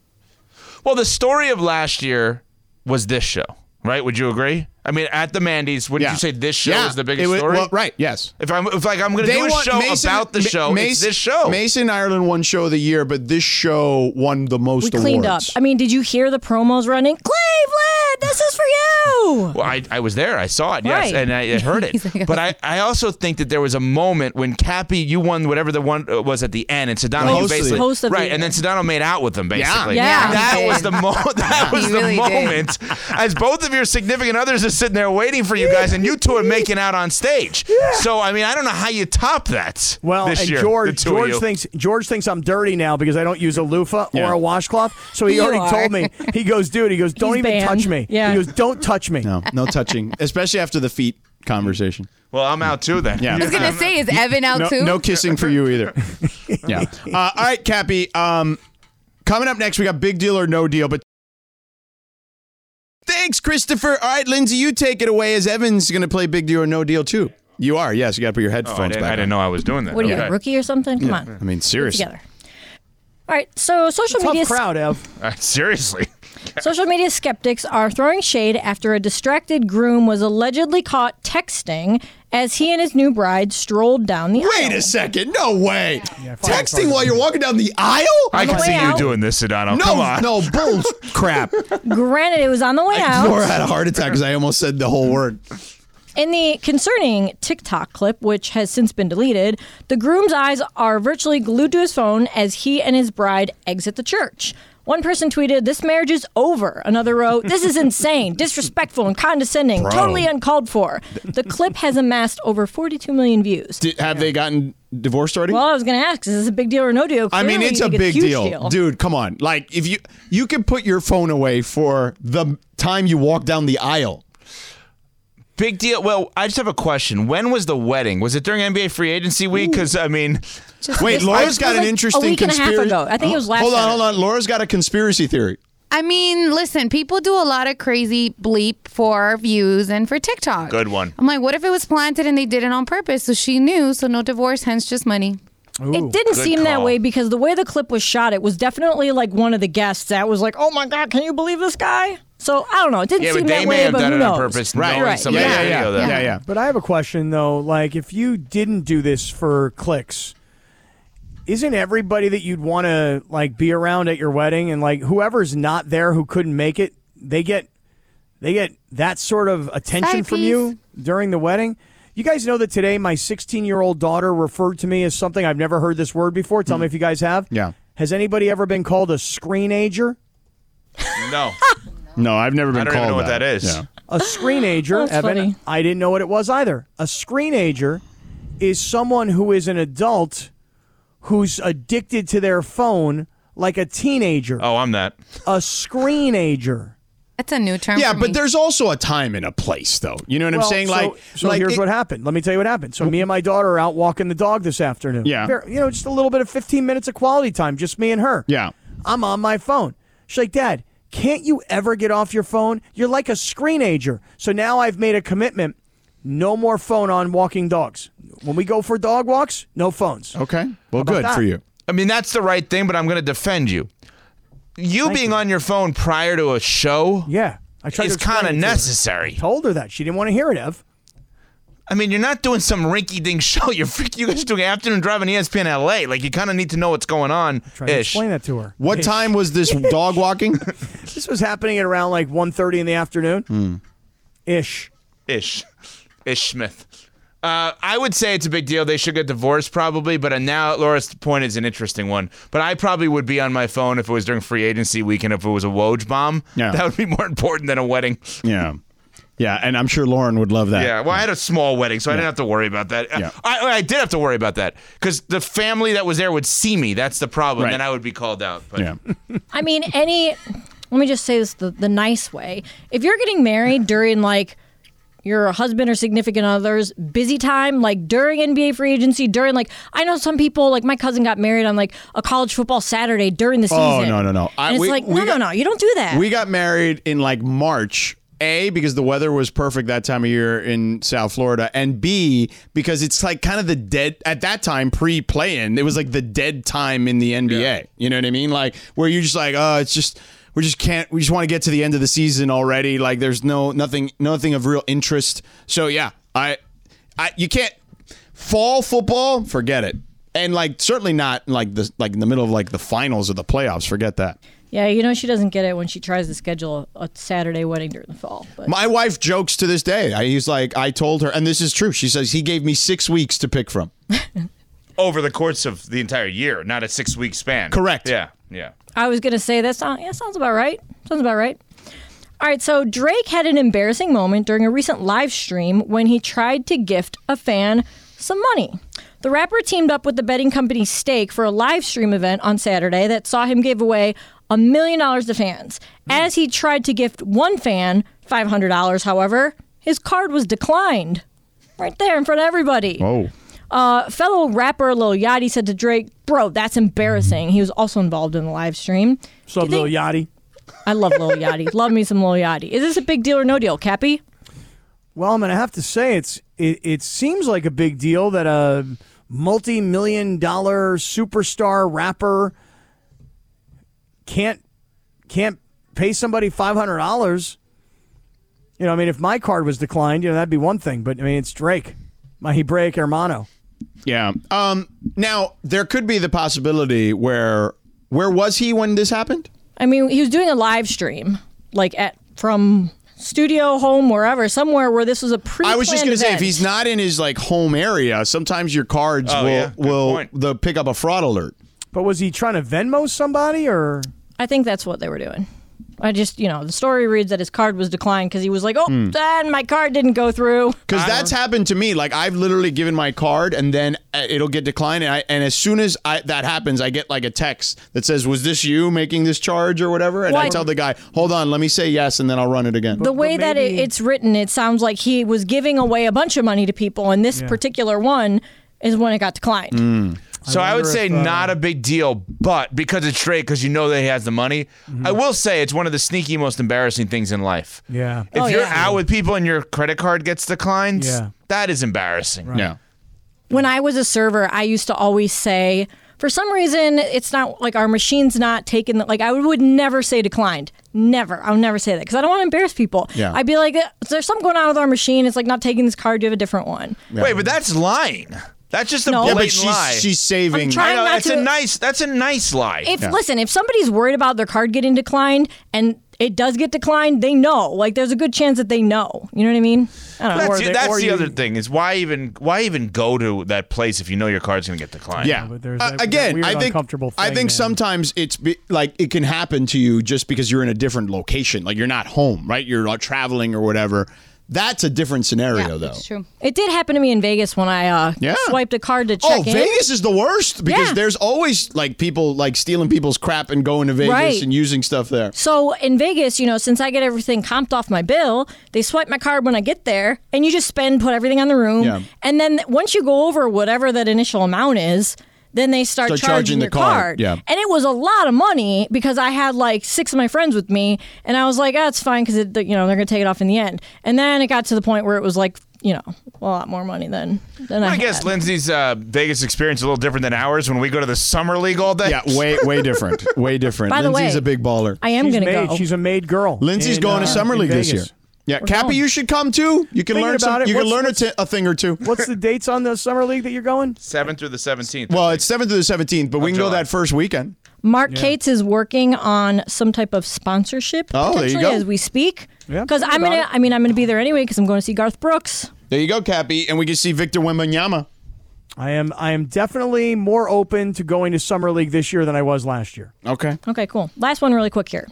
Well, the story of last year was this show, right? Would you agree? I mean, at the Mandy's, wouldn't
Yeah.
you say this show
Yeah.
was the biggest
It was-
story?
well, right? Yes.
If I'm if like I'm going to do a show about the
Ma-
show, it's
Mason-
this show.
Mason Ireland won show of the year, but this show won the most
We cleaned up.
awards.
I mean, did you hear the promos running? Cleveland, this is for you.
Well, I, I was there. I saw it. Yes,
Right.
and I, I heard it. but I, I also think that there was a moment when Cappy, you won whatever the one uh, was at the end, and Sedano
host
you
of the
basically
year.
Host of the
right, and
year.
then Sedano made out with them basically.
Yeah, he
that
did.
was the mo- that was
He
the
really did.
moment. As both of your significant others are sitting there waiting for you guys, and you two are making out on stage. So I mean, I don't know how you top that.
Well,
this
and
year,
George
the two of
George
you.
thinks George thinks I'm dirty now because I don't use a loofah
Yeah.
or a washcloth. So he
You
already
are.
told me. He goes, dude. He goes, don't
He's
even
banned.
touch me.
Yeah.
He goes, don't touch me.
no, no touching, especially after the feet conversation.
Well, I'm out too then.
Yeah.
I was gonna say, is Evan out
No,
too?
no kissing for you either. yeah. Uh, all right, Cappy. Um, coming up next, we got big deal or no deal, but. Thanks, Christopher. All right, Lindsay, you take it away as Evan's going to play Big Deal or No Deal, too. You are, yes. You got to put your
Oh,
headphones
I, didn't,
back
I didn't
on.
know I was doing that.
What are you,
Okay.
a rookie or something? Come on,
I mean, seriously.
together. All right, so social
Tough
media
crowd, Ev.
All right, seriously.
Social media skeptics are throwing shade after a distracted groom was allegedly caught texting as he and his new bride strolled down the aisle.
Wait a second. No way.
fine,
Texting
fine.
while you're walking down the aisle?
I can
way
see you
out-
doing this, Sedano. Come
no,
on.
no, bull crap.
Granted, it was on the way out.
Laura had a heart attack because I almost said the whole word.
In the concerning TikTok clip, which has since been deleted, the groom's eyes are virtually glued to his phone as he and his bride exit the church. One person tweeted, This marriage is over. Another wrote, This is insane, disrespectful, and condescending, totally uncalled for. The clip has amassed over 42 million views.
Did, have they gotten divorced already?
Well, I was going to ask, is this a big deal or no deal?
I mean,
Clearly,
it's
you
a
think
big
huge
deal. dude. Come on, like if you you can put your phone away for the time you walk down the aisle.
Big deal. Well, I just have a question. When was the wedding? Was it during NBA free agency week? Because I mean,
Wait, Laura's got
was
an
like a
interesting
week and a half
conspiracy.
ago. I think it was last
Hold on,
summer.
hold on. Laura's got a conspiracy theory.
I mean, listen, people do a lot of crazy bleep for views and for TikTok.
Good one.
I'm like, what if it was planted and they did it on purpose? So she knew, so no divorce, hence just money.
It didn't
Good
seem that
call.
way because the way the clip was shot, it was definitely like one of the guests that was like, "Oh my god, can you believe this guy?" So I don't know. It didn't
yeah,
seem
but they
that
may
way,
have
but
done
who
it on
knows?
purpose.
Right.
knowing
Right.
somebody
Yeah,
had
yeah,
video
yeah.
that.
Yeah, yeah.
But I have a question though. Like, if you didn't do this for clicks, isn't everybody that you'd want to like be around at your wedding and like whoever's not there who couldn't make it, they get they get that sort of attention
Side
from
piece.
you during the wedding. You guys know that today my 16 year old daughter referred to me as something I've never heard this word before. Tell me if you guys have.
Yeah.
Has anybody ever been called a screenager?
No,
No, I've never been
I don't even know what that is.
A screenager,
Oh, That's
Evan.
funny.
I didn't know what it was either. A screenager is someone who is an adult who's addicted to their phone like a teenager,
Oh, I'm that.
a screenager.
That's a new term.
Yeah,
for
but
me.
there's also a time and a place, though. You know what I'm
Well,
saying?
so,
like,
so
like
here's
it-
what happened. Let me tell you what happened. So me and my daughter are out walking the dog this afternoon.
Yeah.
Fair- you know, just a little bit of 15 minutes of quality time, just me and her.
Yeah.
I'm on my phone. She's like, Dad, can't you ever get off your phone? You're like a screenager. So now I've made a commitment. No more phone on walking dogs. When we go for dog walks, no phones.
Okay. Well,
about
good
that?
for you.
I mean, that's the right thing, but I'm going to defend you. You being on your phone prior to a show
Yeah. I tried
is
to explain
kind
it
of
to her.
necessary.
Told her that. She didn't want to hear it, Ev.
I mean, you're not doing some rinky dink show. You're freaking, you guys are doing afternoon E drive on ESPN LA. Like, you kind of need to know what's going on
Tried to
ish.
explain that to her.
What time was this dog walking?
This was happening at around like 1.30 in the afternoon.
Hmm.
Ish.
Ish. Ish Smith. Uh, I would say it's a big deal. They should get divorced probably, but uh, now Laura's point is an interesting one. But I probably would be on my phone if it was during free agency weekend, if it was a Woj bomb.
Yeah.
That would be more important than a wedding.
yeah. Yeah, and I'm sure Lauren would love that.
Yeah, well, I had a small wedding, so I didn't have to worry about that.
Yeah.
I, I did have to worry about that because the family that was there would see me. That's the problem.
Right.
Then I would be called out. But
Yeah.
I mean, any. Let me just say this the, the nice way. If you're getting married during like your husband or significant other's busy time, like during NBA free agency, during like I know some people, like my cousin got married on like a college football Saturday during the season.
Oh, no, no, no. I-
and it's
we-
like
we
no, no,
got-
no. You don't do that.
We got married in like March. A because the weather was perfect that time of year in South Florida, and B because it's like kind of the dead at that time pre-playing. It was like the dead time in the NBA. You know what I mean? Like where you're just like, oh, it's just we just can't. We just want to get to the end of the season already. Like there's no nothing, nothing of real interest. So yeah, I, I you can't fall football. Forget it. And like certainly not like the like in the middle of like the finals of the playoffs. Forget that.
yeah, you know she doesn't get it when she tries to schedule a, a Saturday wedding during the fall. But
My wife jokes to this day. I, he's like, I told her, and this is true. She says he gave me six weeks to pick from.
over the course of the entire year, not a six week span.
Correct.
Yeah. Yeah.
I was gonna say that sounds yeah, sounds about right. Sounds about right. All right, so Drake had an embarrassing moment during a recent live stream when he tried to gift a fan some money. The rapper teamed up with the betting company Stake for a live stream event on Saturday that saw him give away a million dollars to fans. As he tried to gift one fan $500, however, his card was declined right there in front of everybody.
Oh,
Uh, fellow rapper Lil Yachty said to Drake, "Bro, that's embarrassing." He was also involved in the live stream.
So
Do you
little
think-
yachty.
I love Lil Yachty. love me some Lil Yachty. Is this a big deal or no deal, Cappy?
Well, I'm going to have to say it's it, it seems like a big deal that a multi-million dollar superstar rapper can't can't pay somebody $500. You know, I mean if my card was declined, you know, that'd be one thing, but I mean it's Drake. My Hebraic hermano.
yeah. Um, now there could be the possibility where where was he when this happened?
I mean, he was doing a live stream, like at from studio, home, wherever, somewhere where this was a pre.
I was just gonna
event.
say if he's not in his like home area, sometimes your cards
Oh,
will
yeah. Good
will
point.
the pick up a fraud alert.
But was he trying to Venmo somebody or
I think that's what they were doing. I just, you know, the story reads that his card was declined because he was like, "Oh,
Hmm.
then my card didn't go through."
Because that's happened to me. Like I've literally given my card, and then uh, it'll get declined. And, I, and as soon as I, that happens, I get like a text that says, "Was this you making this charge or whatever?" And I
Well,
tell the guy, "Hold on, let me say yes, and then I'll run it again."
the way that it,
maybe-
it's written, it sounds like he was giving away a bunch of money to people, and this particular one is when it got declined.
So I, would
wonder
say
if, uh,
not a big deal, but because it's Drake, because you know that he has the money, I will say it's one of the sneaky, most embarrassing things in life.
Yeah.
If
Oh,
you're
yeah.
out with people and your credit card gets declined,
Yeah.
that is embarrassing.
yeah.
When I was a server, I used to always say, for some reason, it's not like our machine's not taking the, like, I would never say declined. Never. I would never say that because I don't want to embarrass people.
Yeah.
I'd be like, there's something going on with our machine. It's like not taking this card. Do you have a different one?
Wait, but that's lying. That's just a
No. Yeah,
but
blatant
she's
lie.
she's saving.
I'm trying-
I know,
not
that's
to-
a nice. That's a nice lie.
If listen, if somebody's worried about their card getting declined and it does get declined, they know. Like there's a good chance that they know. You know what I mean? I don't know.
that's
or they-
that's
or
the
you-
other thing is why even why even go to that place if you know your card's going to get declined.
yeah.
but there's
Uh,
that- that
again,
weird
I think
uncomfortable
I
thing,
think
man.
sometimes it's be, like it can happen to you just because you're in a different location, like you're not home, right? You're uh, traveling or whatever. That's a different scenario,
yeah,
though.
It's true.
It did happen to me in Vegas when I uh,
Yeah.
swiped a card to check
Oh,
in.
Vegas is the worst because
Yeah.
there's always like people like stealing people's crap and going to Vegas
Right.
and using stuff there.
So in Vegas, you know, since I get everything comped off my bill, they swipe my card when I get there, and you just spend, put everything on the room,
Yeah.
and then once you go over whatever that initial amount is. Then they start,
Start charging the
your
card, yeah.
and it was a lot of money because I had like six of my friends with me, and I was like, "That's fine," because you know they're gonna take it off in the end. And then it got to the point where it was like, you know, a lot more money than than I.
I guess
had.
Lindsay's uh, Vegas experience is a little different than ours when we go to the summer league all day.
Yeah, way way different. Way different.
By the
Lindsay's
way,
a big baller.
I am
She's
gonna
made-
go.
She's a made girl.
Lindsay's
in,
going to
uh,
summer
in
league this year.
Vegas.
Yeah, Cappy,
going.
you should come too. You can
Thinking
learn some,
about it,
you can
what's-
learn a, t- a thing or two.
What's the dates on the summer league that you're going?
7th through the 17th.
Well, it's seventh to the seventeenth, but we can go
July.
that first weekend.
Mark Cates is working on some type of sponsorship
Oh, there you
potentially
go.
as we speak.
Yeah,
Because
think
I'm
about
gonna,
it.
I mean, I'm gonna be there anyway because I'm going to see Garth Brooks.
There you go, Cappy, and we can see Victor Wembanyama.
I am I am definitely more open to going to summer league this year than I was last year.
Okay.
Okay, cool. Last one, really quick here.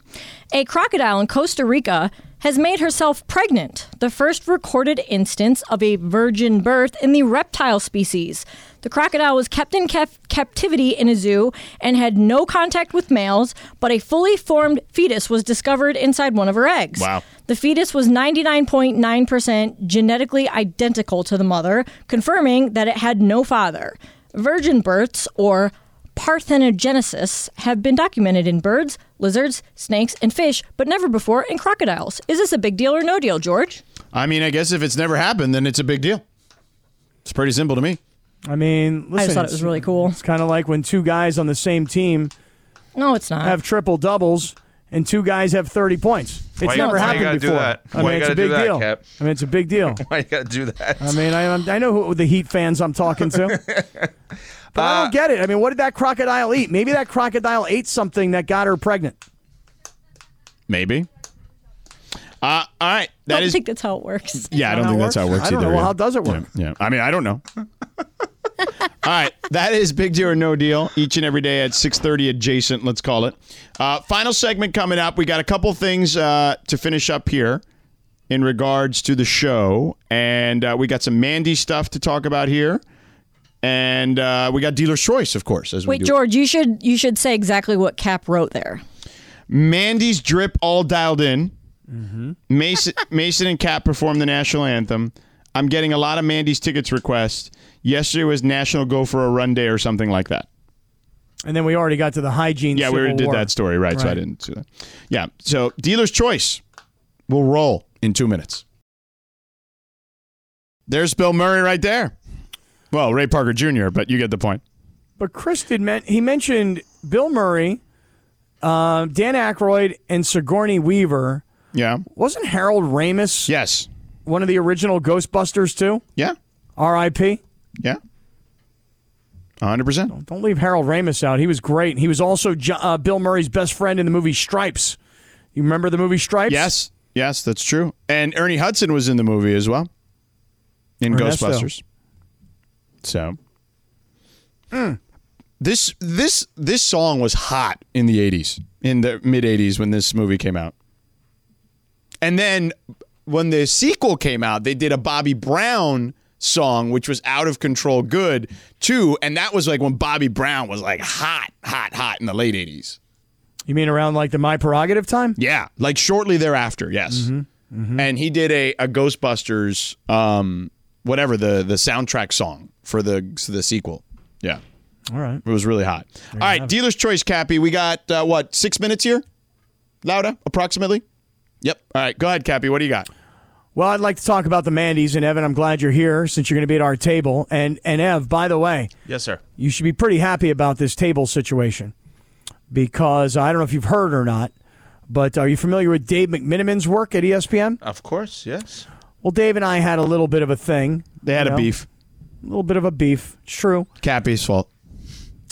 A crocodile in Costa Rica has made herself pregnant, the first recorded instance of a virgin birth in the reptile species. The crocodile was kept in cap- captivity in a zoo and had no contact with males, but a fully formed fetus was discovered inside one of her eggs.
Wow.
The fetus was 99.9% genetically identical to the mother, confirming that it had no father. Virgin births, or parthenogenesis, have been documented in birds, lizards, snakes, and fish, but never before in crocodiles. Is this a big deal or no deal, George?
I mean, I guess if it's never happened, then it's a big deal. It's pretty simple to me.
I mean, listen,
I just thought it
it's-
was really cool.
It's kind of like when two guys on the same team
No, it's not.
have triple doubles and two guys have 30 points. It's
Why you-
never
why you
happened
gotta do
before.
that?
I
Why
mean,
you
it's a
gotta do
big
that,
deal.
Cap?
I mean, it's a big deal.
Why you gotta do that?
I mean, I, I know who the Heat fans I'm talking to. But
Uh,
I don't get it. I mean, what did that crocodile eat? Maybe that crocodile ate something that got her pregnant.
Maybe. Uh, all right.
I
That
don't
is.
think that's how it works.
Yeah, I don't think that's how it works
I don't
either.
know. Well,
yeah.
how does it work?
Yeah. yeah. I mean, I don't know. All right, that is Big Deal or No Deal each and every day at 6:30 adjacent, let's call it. Uh, final segment coming up. We got a couple things uh, to finish up here in regards to the show and uh, we got some Mandy stuff to talk about here. And uh, we got Dealer's Choice, of course, as we
Wait,
do.
George, you should you should say exactly what Cap wrote there.
Mandy's drip all dialed in.
Mm-hmm.
Mason, Mason and Kat perform the national anthem. I'm getting a lot of Mandy's tickets requests. Yesterday was National Go for a Run Day or something like that.
And then we already got to the hygiene.
Yeah, we already
Civil
did
War.
that story, right, So I
Right.
didn't do that. Yeah. So dealer's choice will roll in two minutes. There's Bill Murray right there. Well, Ray Parker Jr., but you get the point.
But Chris did men- he mentioned Bill Murray, uh, Dan Aykroyd, and Sigourney Weaver.
Yeah.
Wasn't Harold Ramis
Yes.
one of the original Ghostbusters too?
Yeah.
R.I.P.
Yeah. 100%.
Don't leave Harold Ramis out. He was great. He was also Jo- uh, Bill Murray's best friend in the movie Stripes. You remember the movie Stripes?
Yes, yes, that's true. And Ernie Hudson was in the movie as well, in
Ernesto.
Ghostbusters. So, this this this song was hot in the '80s, in the mid '80s when this movie came out. And then when the sequel came out, they did a Bobby Brown song, which was out of control good too, and that was like when Bobby Brown was like hot, hot, hot in the late '80s.
You mean around like the My Prerogative time?
Yeah, like shortly thereafter. Yes,
Mm-hmm.
and he did a, a Ghostbusters, um, whatever the the soundtrack song for the the sequel. Yeah,
All right.
it was really hot. All right, dealer's choice, Cappy. We got uh, what six minutes here, Lauda, approximately. Yep. All right, go ahead, Cappy. What do you got?
Well, I'd like to talk about the Mandy's and Evan. I'm glad you're here since you're going to be at our table. And and Ev, by the way,
yes, sir.
you should be pretty happy about this table situation because I don't know if you've heard or not, but are you familiar with Dave McMiniman's work at E ESPN?
Of course, yes.
Well, Dave and I had a little bit of a thing.
They had
you
a
know,
beef.
A little bit of a beef. It's true.
Cappy's fault.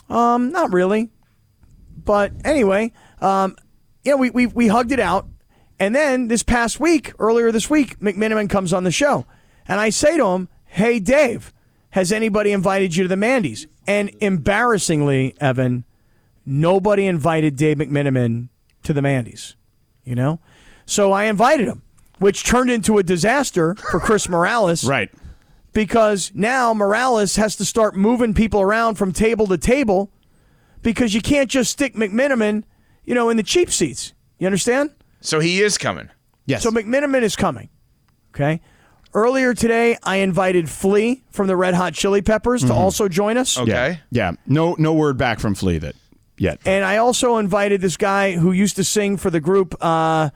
Um, not really. But anyway, um, yeah, we, we, we hugged it out. And then this past week, earlier this week, McMiniman comes on the show. And I say to him, Hey, Dave, has anybody invited you to the Mandy's? And embarrassingly, Evan, nobody invited Dave McMiniman to the Mandy's, you know? So I invited him. which turned into a disaster for Chris Morales.
Right.
Because now Morales has to start moving people around from table to table because you can't just stick McMiniman, you know, in the cheap seats. You understand?
So he is coming.
Yes.
So McMiniman is coming. Okay. Earlier today, I invited Flea from the Red Hot Chili Peppers to also join us.
Okay.
yeah. Yeah. No no word back from Flea that yet.
And I also invited this guy who used to sing for the group. Uh,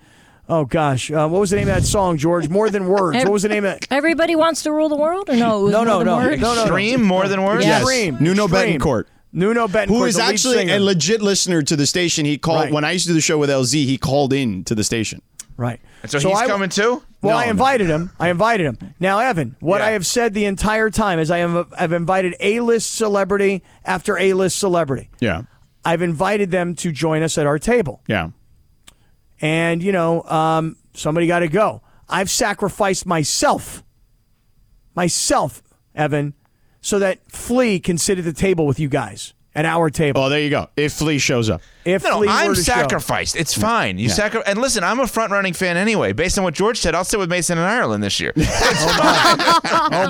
oh gosh, uh, what was the name of that song, George? More than words. What was the name of? it?
Everybody wants to rule the world, or no? It was
No, no,
More Than
no.
Words?
No, no, no.
Extreme more than words.
Yes.
Extreme. Nuno
Extreme.
Betancourt.
Nuno Betancourt,
Who is
the lead
actually
singer.
a legit listener to the station? He called
Right.
when I used to do the show with LZ. He called in to the station.
right?
And so, he's
I-
coming too.
Well, I
No,
invited him. I invited him. Now, Evan, what
Yeah.
I have said the entire time is I am I've invited A list celebrity after A list celebrity.
Yeah,
I've invited them to join us at our table.
yeah.
and you know um, somebody got to go i've sacrificed myself myself evan so that flea can sit at the table with you guys at our table
Well, Oh, there you go. If Flea shows up,
if
No,
flea
I'm
were to show-
sacrificed. It's fine. You sacri- And listen, I'm a front running fan anyway. Based on what George said, I'll sit with Mason in Ireland this year.
oh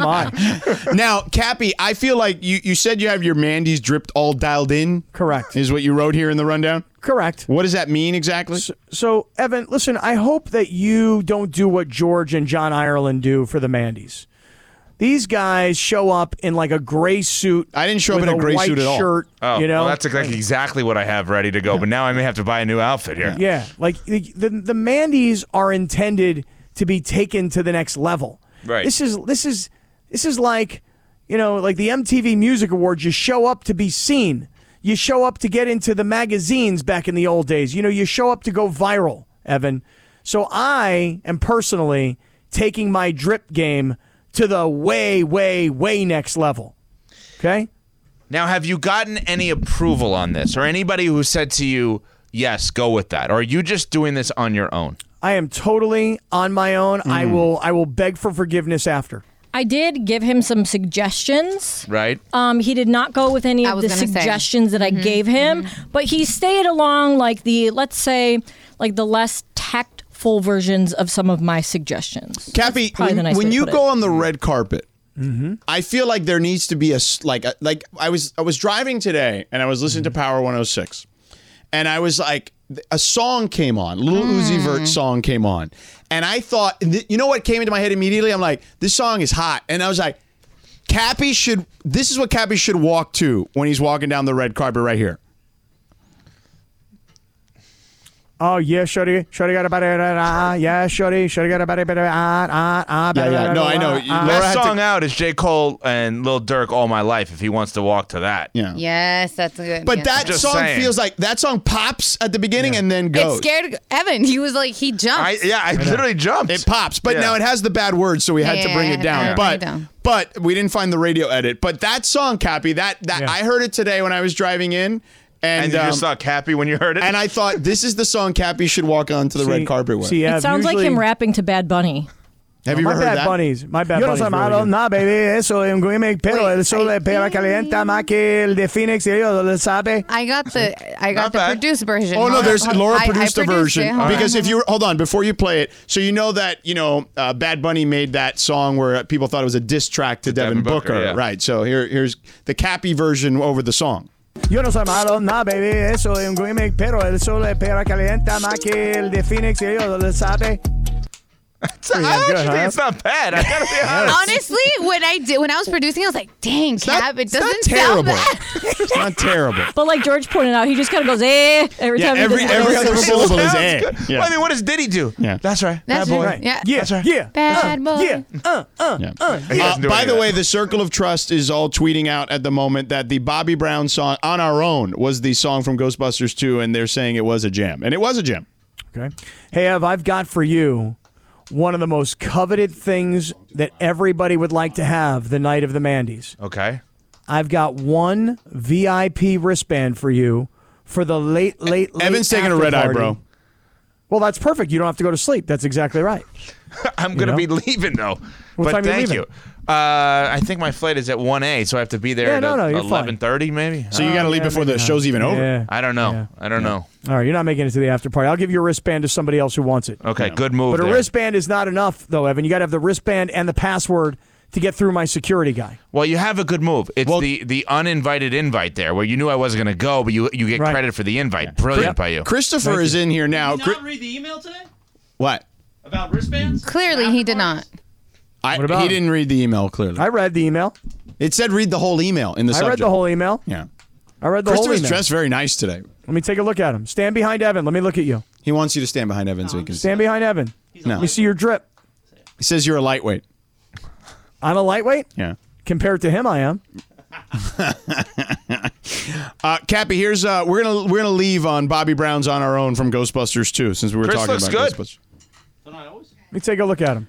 my
now Cappy, I feel like you you said you have your Mandy's dripped all dialed in.
Correct.
is what you wrote here in the rundown.
correct
What does that mean exactly?
so evan listen i hope that you don't do what george and john ireland do for the mandy's these guys show up in like a gray suit
I didn't show up
with
in a gray
white
suit at all.
shirt,
Oh,
you know
well, that's like exactly what I have ready to go. But now I may have to buy a new outfit here.
Yeah, like the, the the Mandy's are intended to be taken to the next level.
Right.
This is this is this is like you know like the MTV Music Awards. You show up to be seen. You show up to get into the magazines back in the old days. You know, you show up to go viral, Evan. So I am personally taking my drip game to the way, way, way next level. Okay.
Now, have you gotten any approval on this, or anybody who said to you, "Yes, go with that," or are you just doing this on your own?
I am totally on my own. I will I will beg for forgiveness after.
I did give him some suggestions.
Right?
Um, he did not go with any
I
of
was
the
gonna say. Mm-hmm.
suggestions that I gave him, but he stayed along like the let's say like the less tactful versions of some of my suggestions.
Cappy,
probably
when,
the nice
when
way to
you
put
go
it.
on the red carpet,
Mm-hmm.
I feel like there needs to be a s- like a, like I was I was driving today and I was listening
Mm-hmm.
to Power 106, and I was like th- a song came on, Little Uzi
Mm.
Vert song came on, and I thought and th- you know what came into my head immediately? I'm like this song is hot, and I was like. Cappy should. This is what Cappy should walk to when he's walking down the red carpet right here.
Oh yeah, shorty, shorty got a body, da, da, yeah, shorty, shorty got a body, body, ah, ah, ah,
Yeah,
bada,
yeah.
bada,
No, I
bada,
know.
bada,
You-
ah.
Laura
Best
had to-
song out is J. Cole and Lil Durk "All My Life." If he wants to walk to that,
Yeah.
Yes, that's a good.
But
yeah.
that
Just
song
saying.
feels like that song pops at the beginning and then
it
goes.
scared Evan. He was like, he jumped.
I yeah, I, literally jumped.
It pops, but
Yeah.
now it has the bad word, so we had to
Yeah,
bring it down.
yeah,
But
bring it down.
but we didn't find the radio edit. But that song, Cappy, that that
Yeah.
I heard it today when I was driving in, and
and you
um,
just not happy when you heard it.
and I thought this is the song Cappy should walk onto the red carpet with.
See, yeah,
it sounds like him
usually-
rapping to Bad Bunny.
Have you
My
ever heard
bad
that?
bunnies, my bad
Yo no
bunnies.
soy
really
malo,
good.
nada, baby. Eso es un gimmick, pero
Wait,
el sol
I
de pera calienta más que el de Phoenix. Y ellos lo sabe.
I got the I got
Not
the
bad.
produced version.
Oh no,
Hold
there's
on, hold-
Laura
I- I
produced a
produced it.
version
Hold on,
because
hold
if you hold on before you play it, so you know that you know uh, Bad Bunny made that song where people thought it was a diss track to, Devin,
Devin
Booker,
Booker, yeah.
right? So here here's the Cappy version over the song.
Yo no soy malo, nada, baby. Eso es un gimmick, pero el sol de pera calienta más que el de Phoenix. Y ellos lo sabe.
It's- I actually think it's not bad. I gotta be
on.
honest.
Honestly, when I did when I was producing, I was like, dang,
It's not-
Cap, it
it's not
doesn't sound
terrible.
bad.
it's not terrible.
But like George pointed out, he just kind of goes eh every
Yeah,
time. he
every-
does it.
every other syllable is
Sounds
eh.
good.
Yeah.
Well, I mean, what does Diddy do?
Yeah.
that's right.
That's
Bad boy.
right. Yeah.
Yeah,
That's
right. yeah,
Bad
Uh,
boy.
yeah.
Yeah.
He
Uh,
doesn't do
by
any
the
of
way,
that.
the Circle of Trust is all tweeting out at the moment that the Bobby Brown song "On Our Own" was the song from Ghostbusters 2, and they're saying it was a jam, and it was a jam.
Okay. Hey, Ev, I've got for you one of the most coveted things that everybody would like to have the night of the Mandy's.
okay.
I've got one VIP wristband for you for the late, late, late.
Evan's taking a
after
red eye,
party.
bro.
Well, that's perfect. You don't have to go to sleep. That's exactly right.
I'm gonna
know?
be leaving though.
What
but
time you
thank
leaving?
you. Uh, I think my flight is at 1A, so I have to be there
Yeah,
at
no, no, you're fine.
11:30 maybe. Uh,
So you
Oh,
got to leave before the show's even over.
Yeah.
I don't know.
Yeah.
I don't know.
All right, you're not making it to the after party. I'll give your wristband to somebody else who wants it.
Okay, good move.
But a
there.
wristband is not enough, though, Evan. You got to have the wristband and the password to get through my security guy.
Well, you have a good move. It's the the uninvited invite there, where you knew I wasn't going to go, but you you get
Right.
credit for the invite. Brilliant by you.
Christopher is in here now.
Did you
Chri-
not read the email today
what?
about wristbands?
Clearly, he did not.
I,
about
he
him?
didn't read the email clearly.
I read the email.
it said read the whole email in the
I read the whole email.
Yeah.
I read the whole
Christopher's
email.
dressed very nice today.
Let me take a look at him. Stand behind Evan. Let me look at you.
He wants you to stand behind Evan so he can
Stand behind Evan.
No.
Let me see your drip.
He says you're a lightweight.
I'm a lightweight.
Yeah.
Compared to him, I am.
Uh, Cappy, here's uh, we're gonna we're gonna leave on Bobby Brown's on our own from Ghostbusters too, since we were
Chris
talking
looks
about
good.
Ghostbusters.
Don't I always?
Let me take a look at him.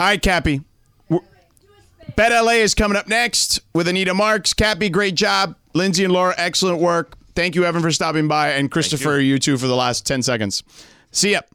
All right, Cappy. We're- Bet LA is coming up next with Anita Marks. Cappy, great job. Lindsay and Laura, excellent work. Thank you, Evan, for stopping by, and Christopher, you. two for the last ten seconds. See ya.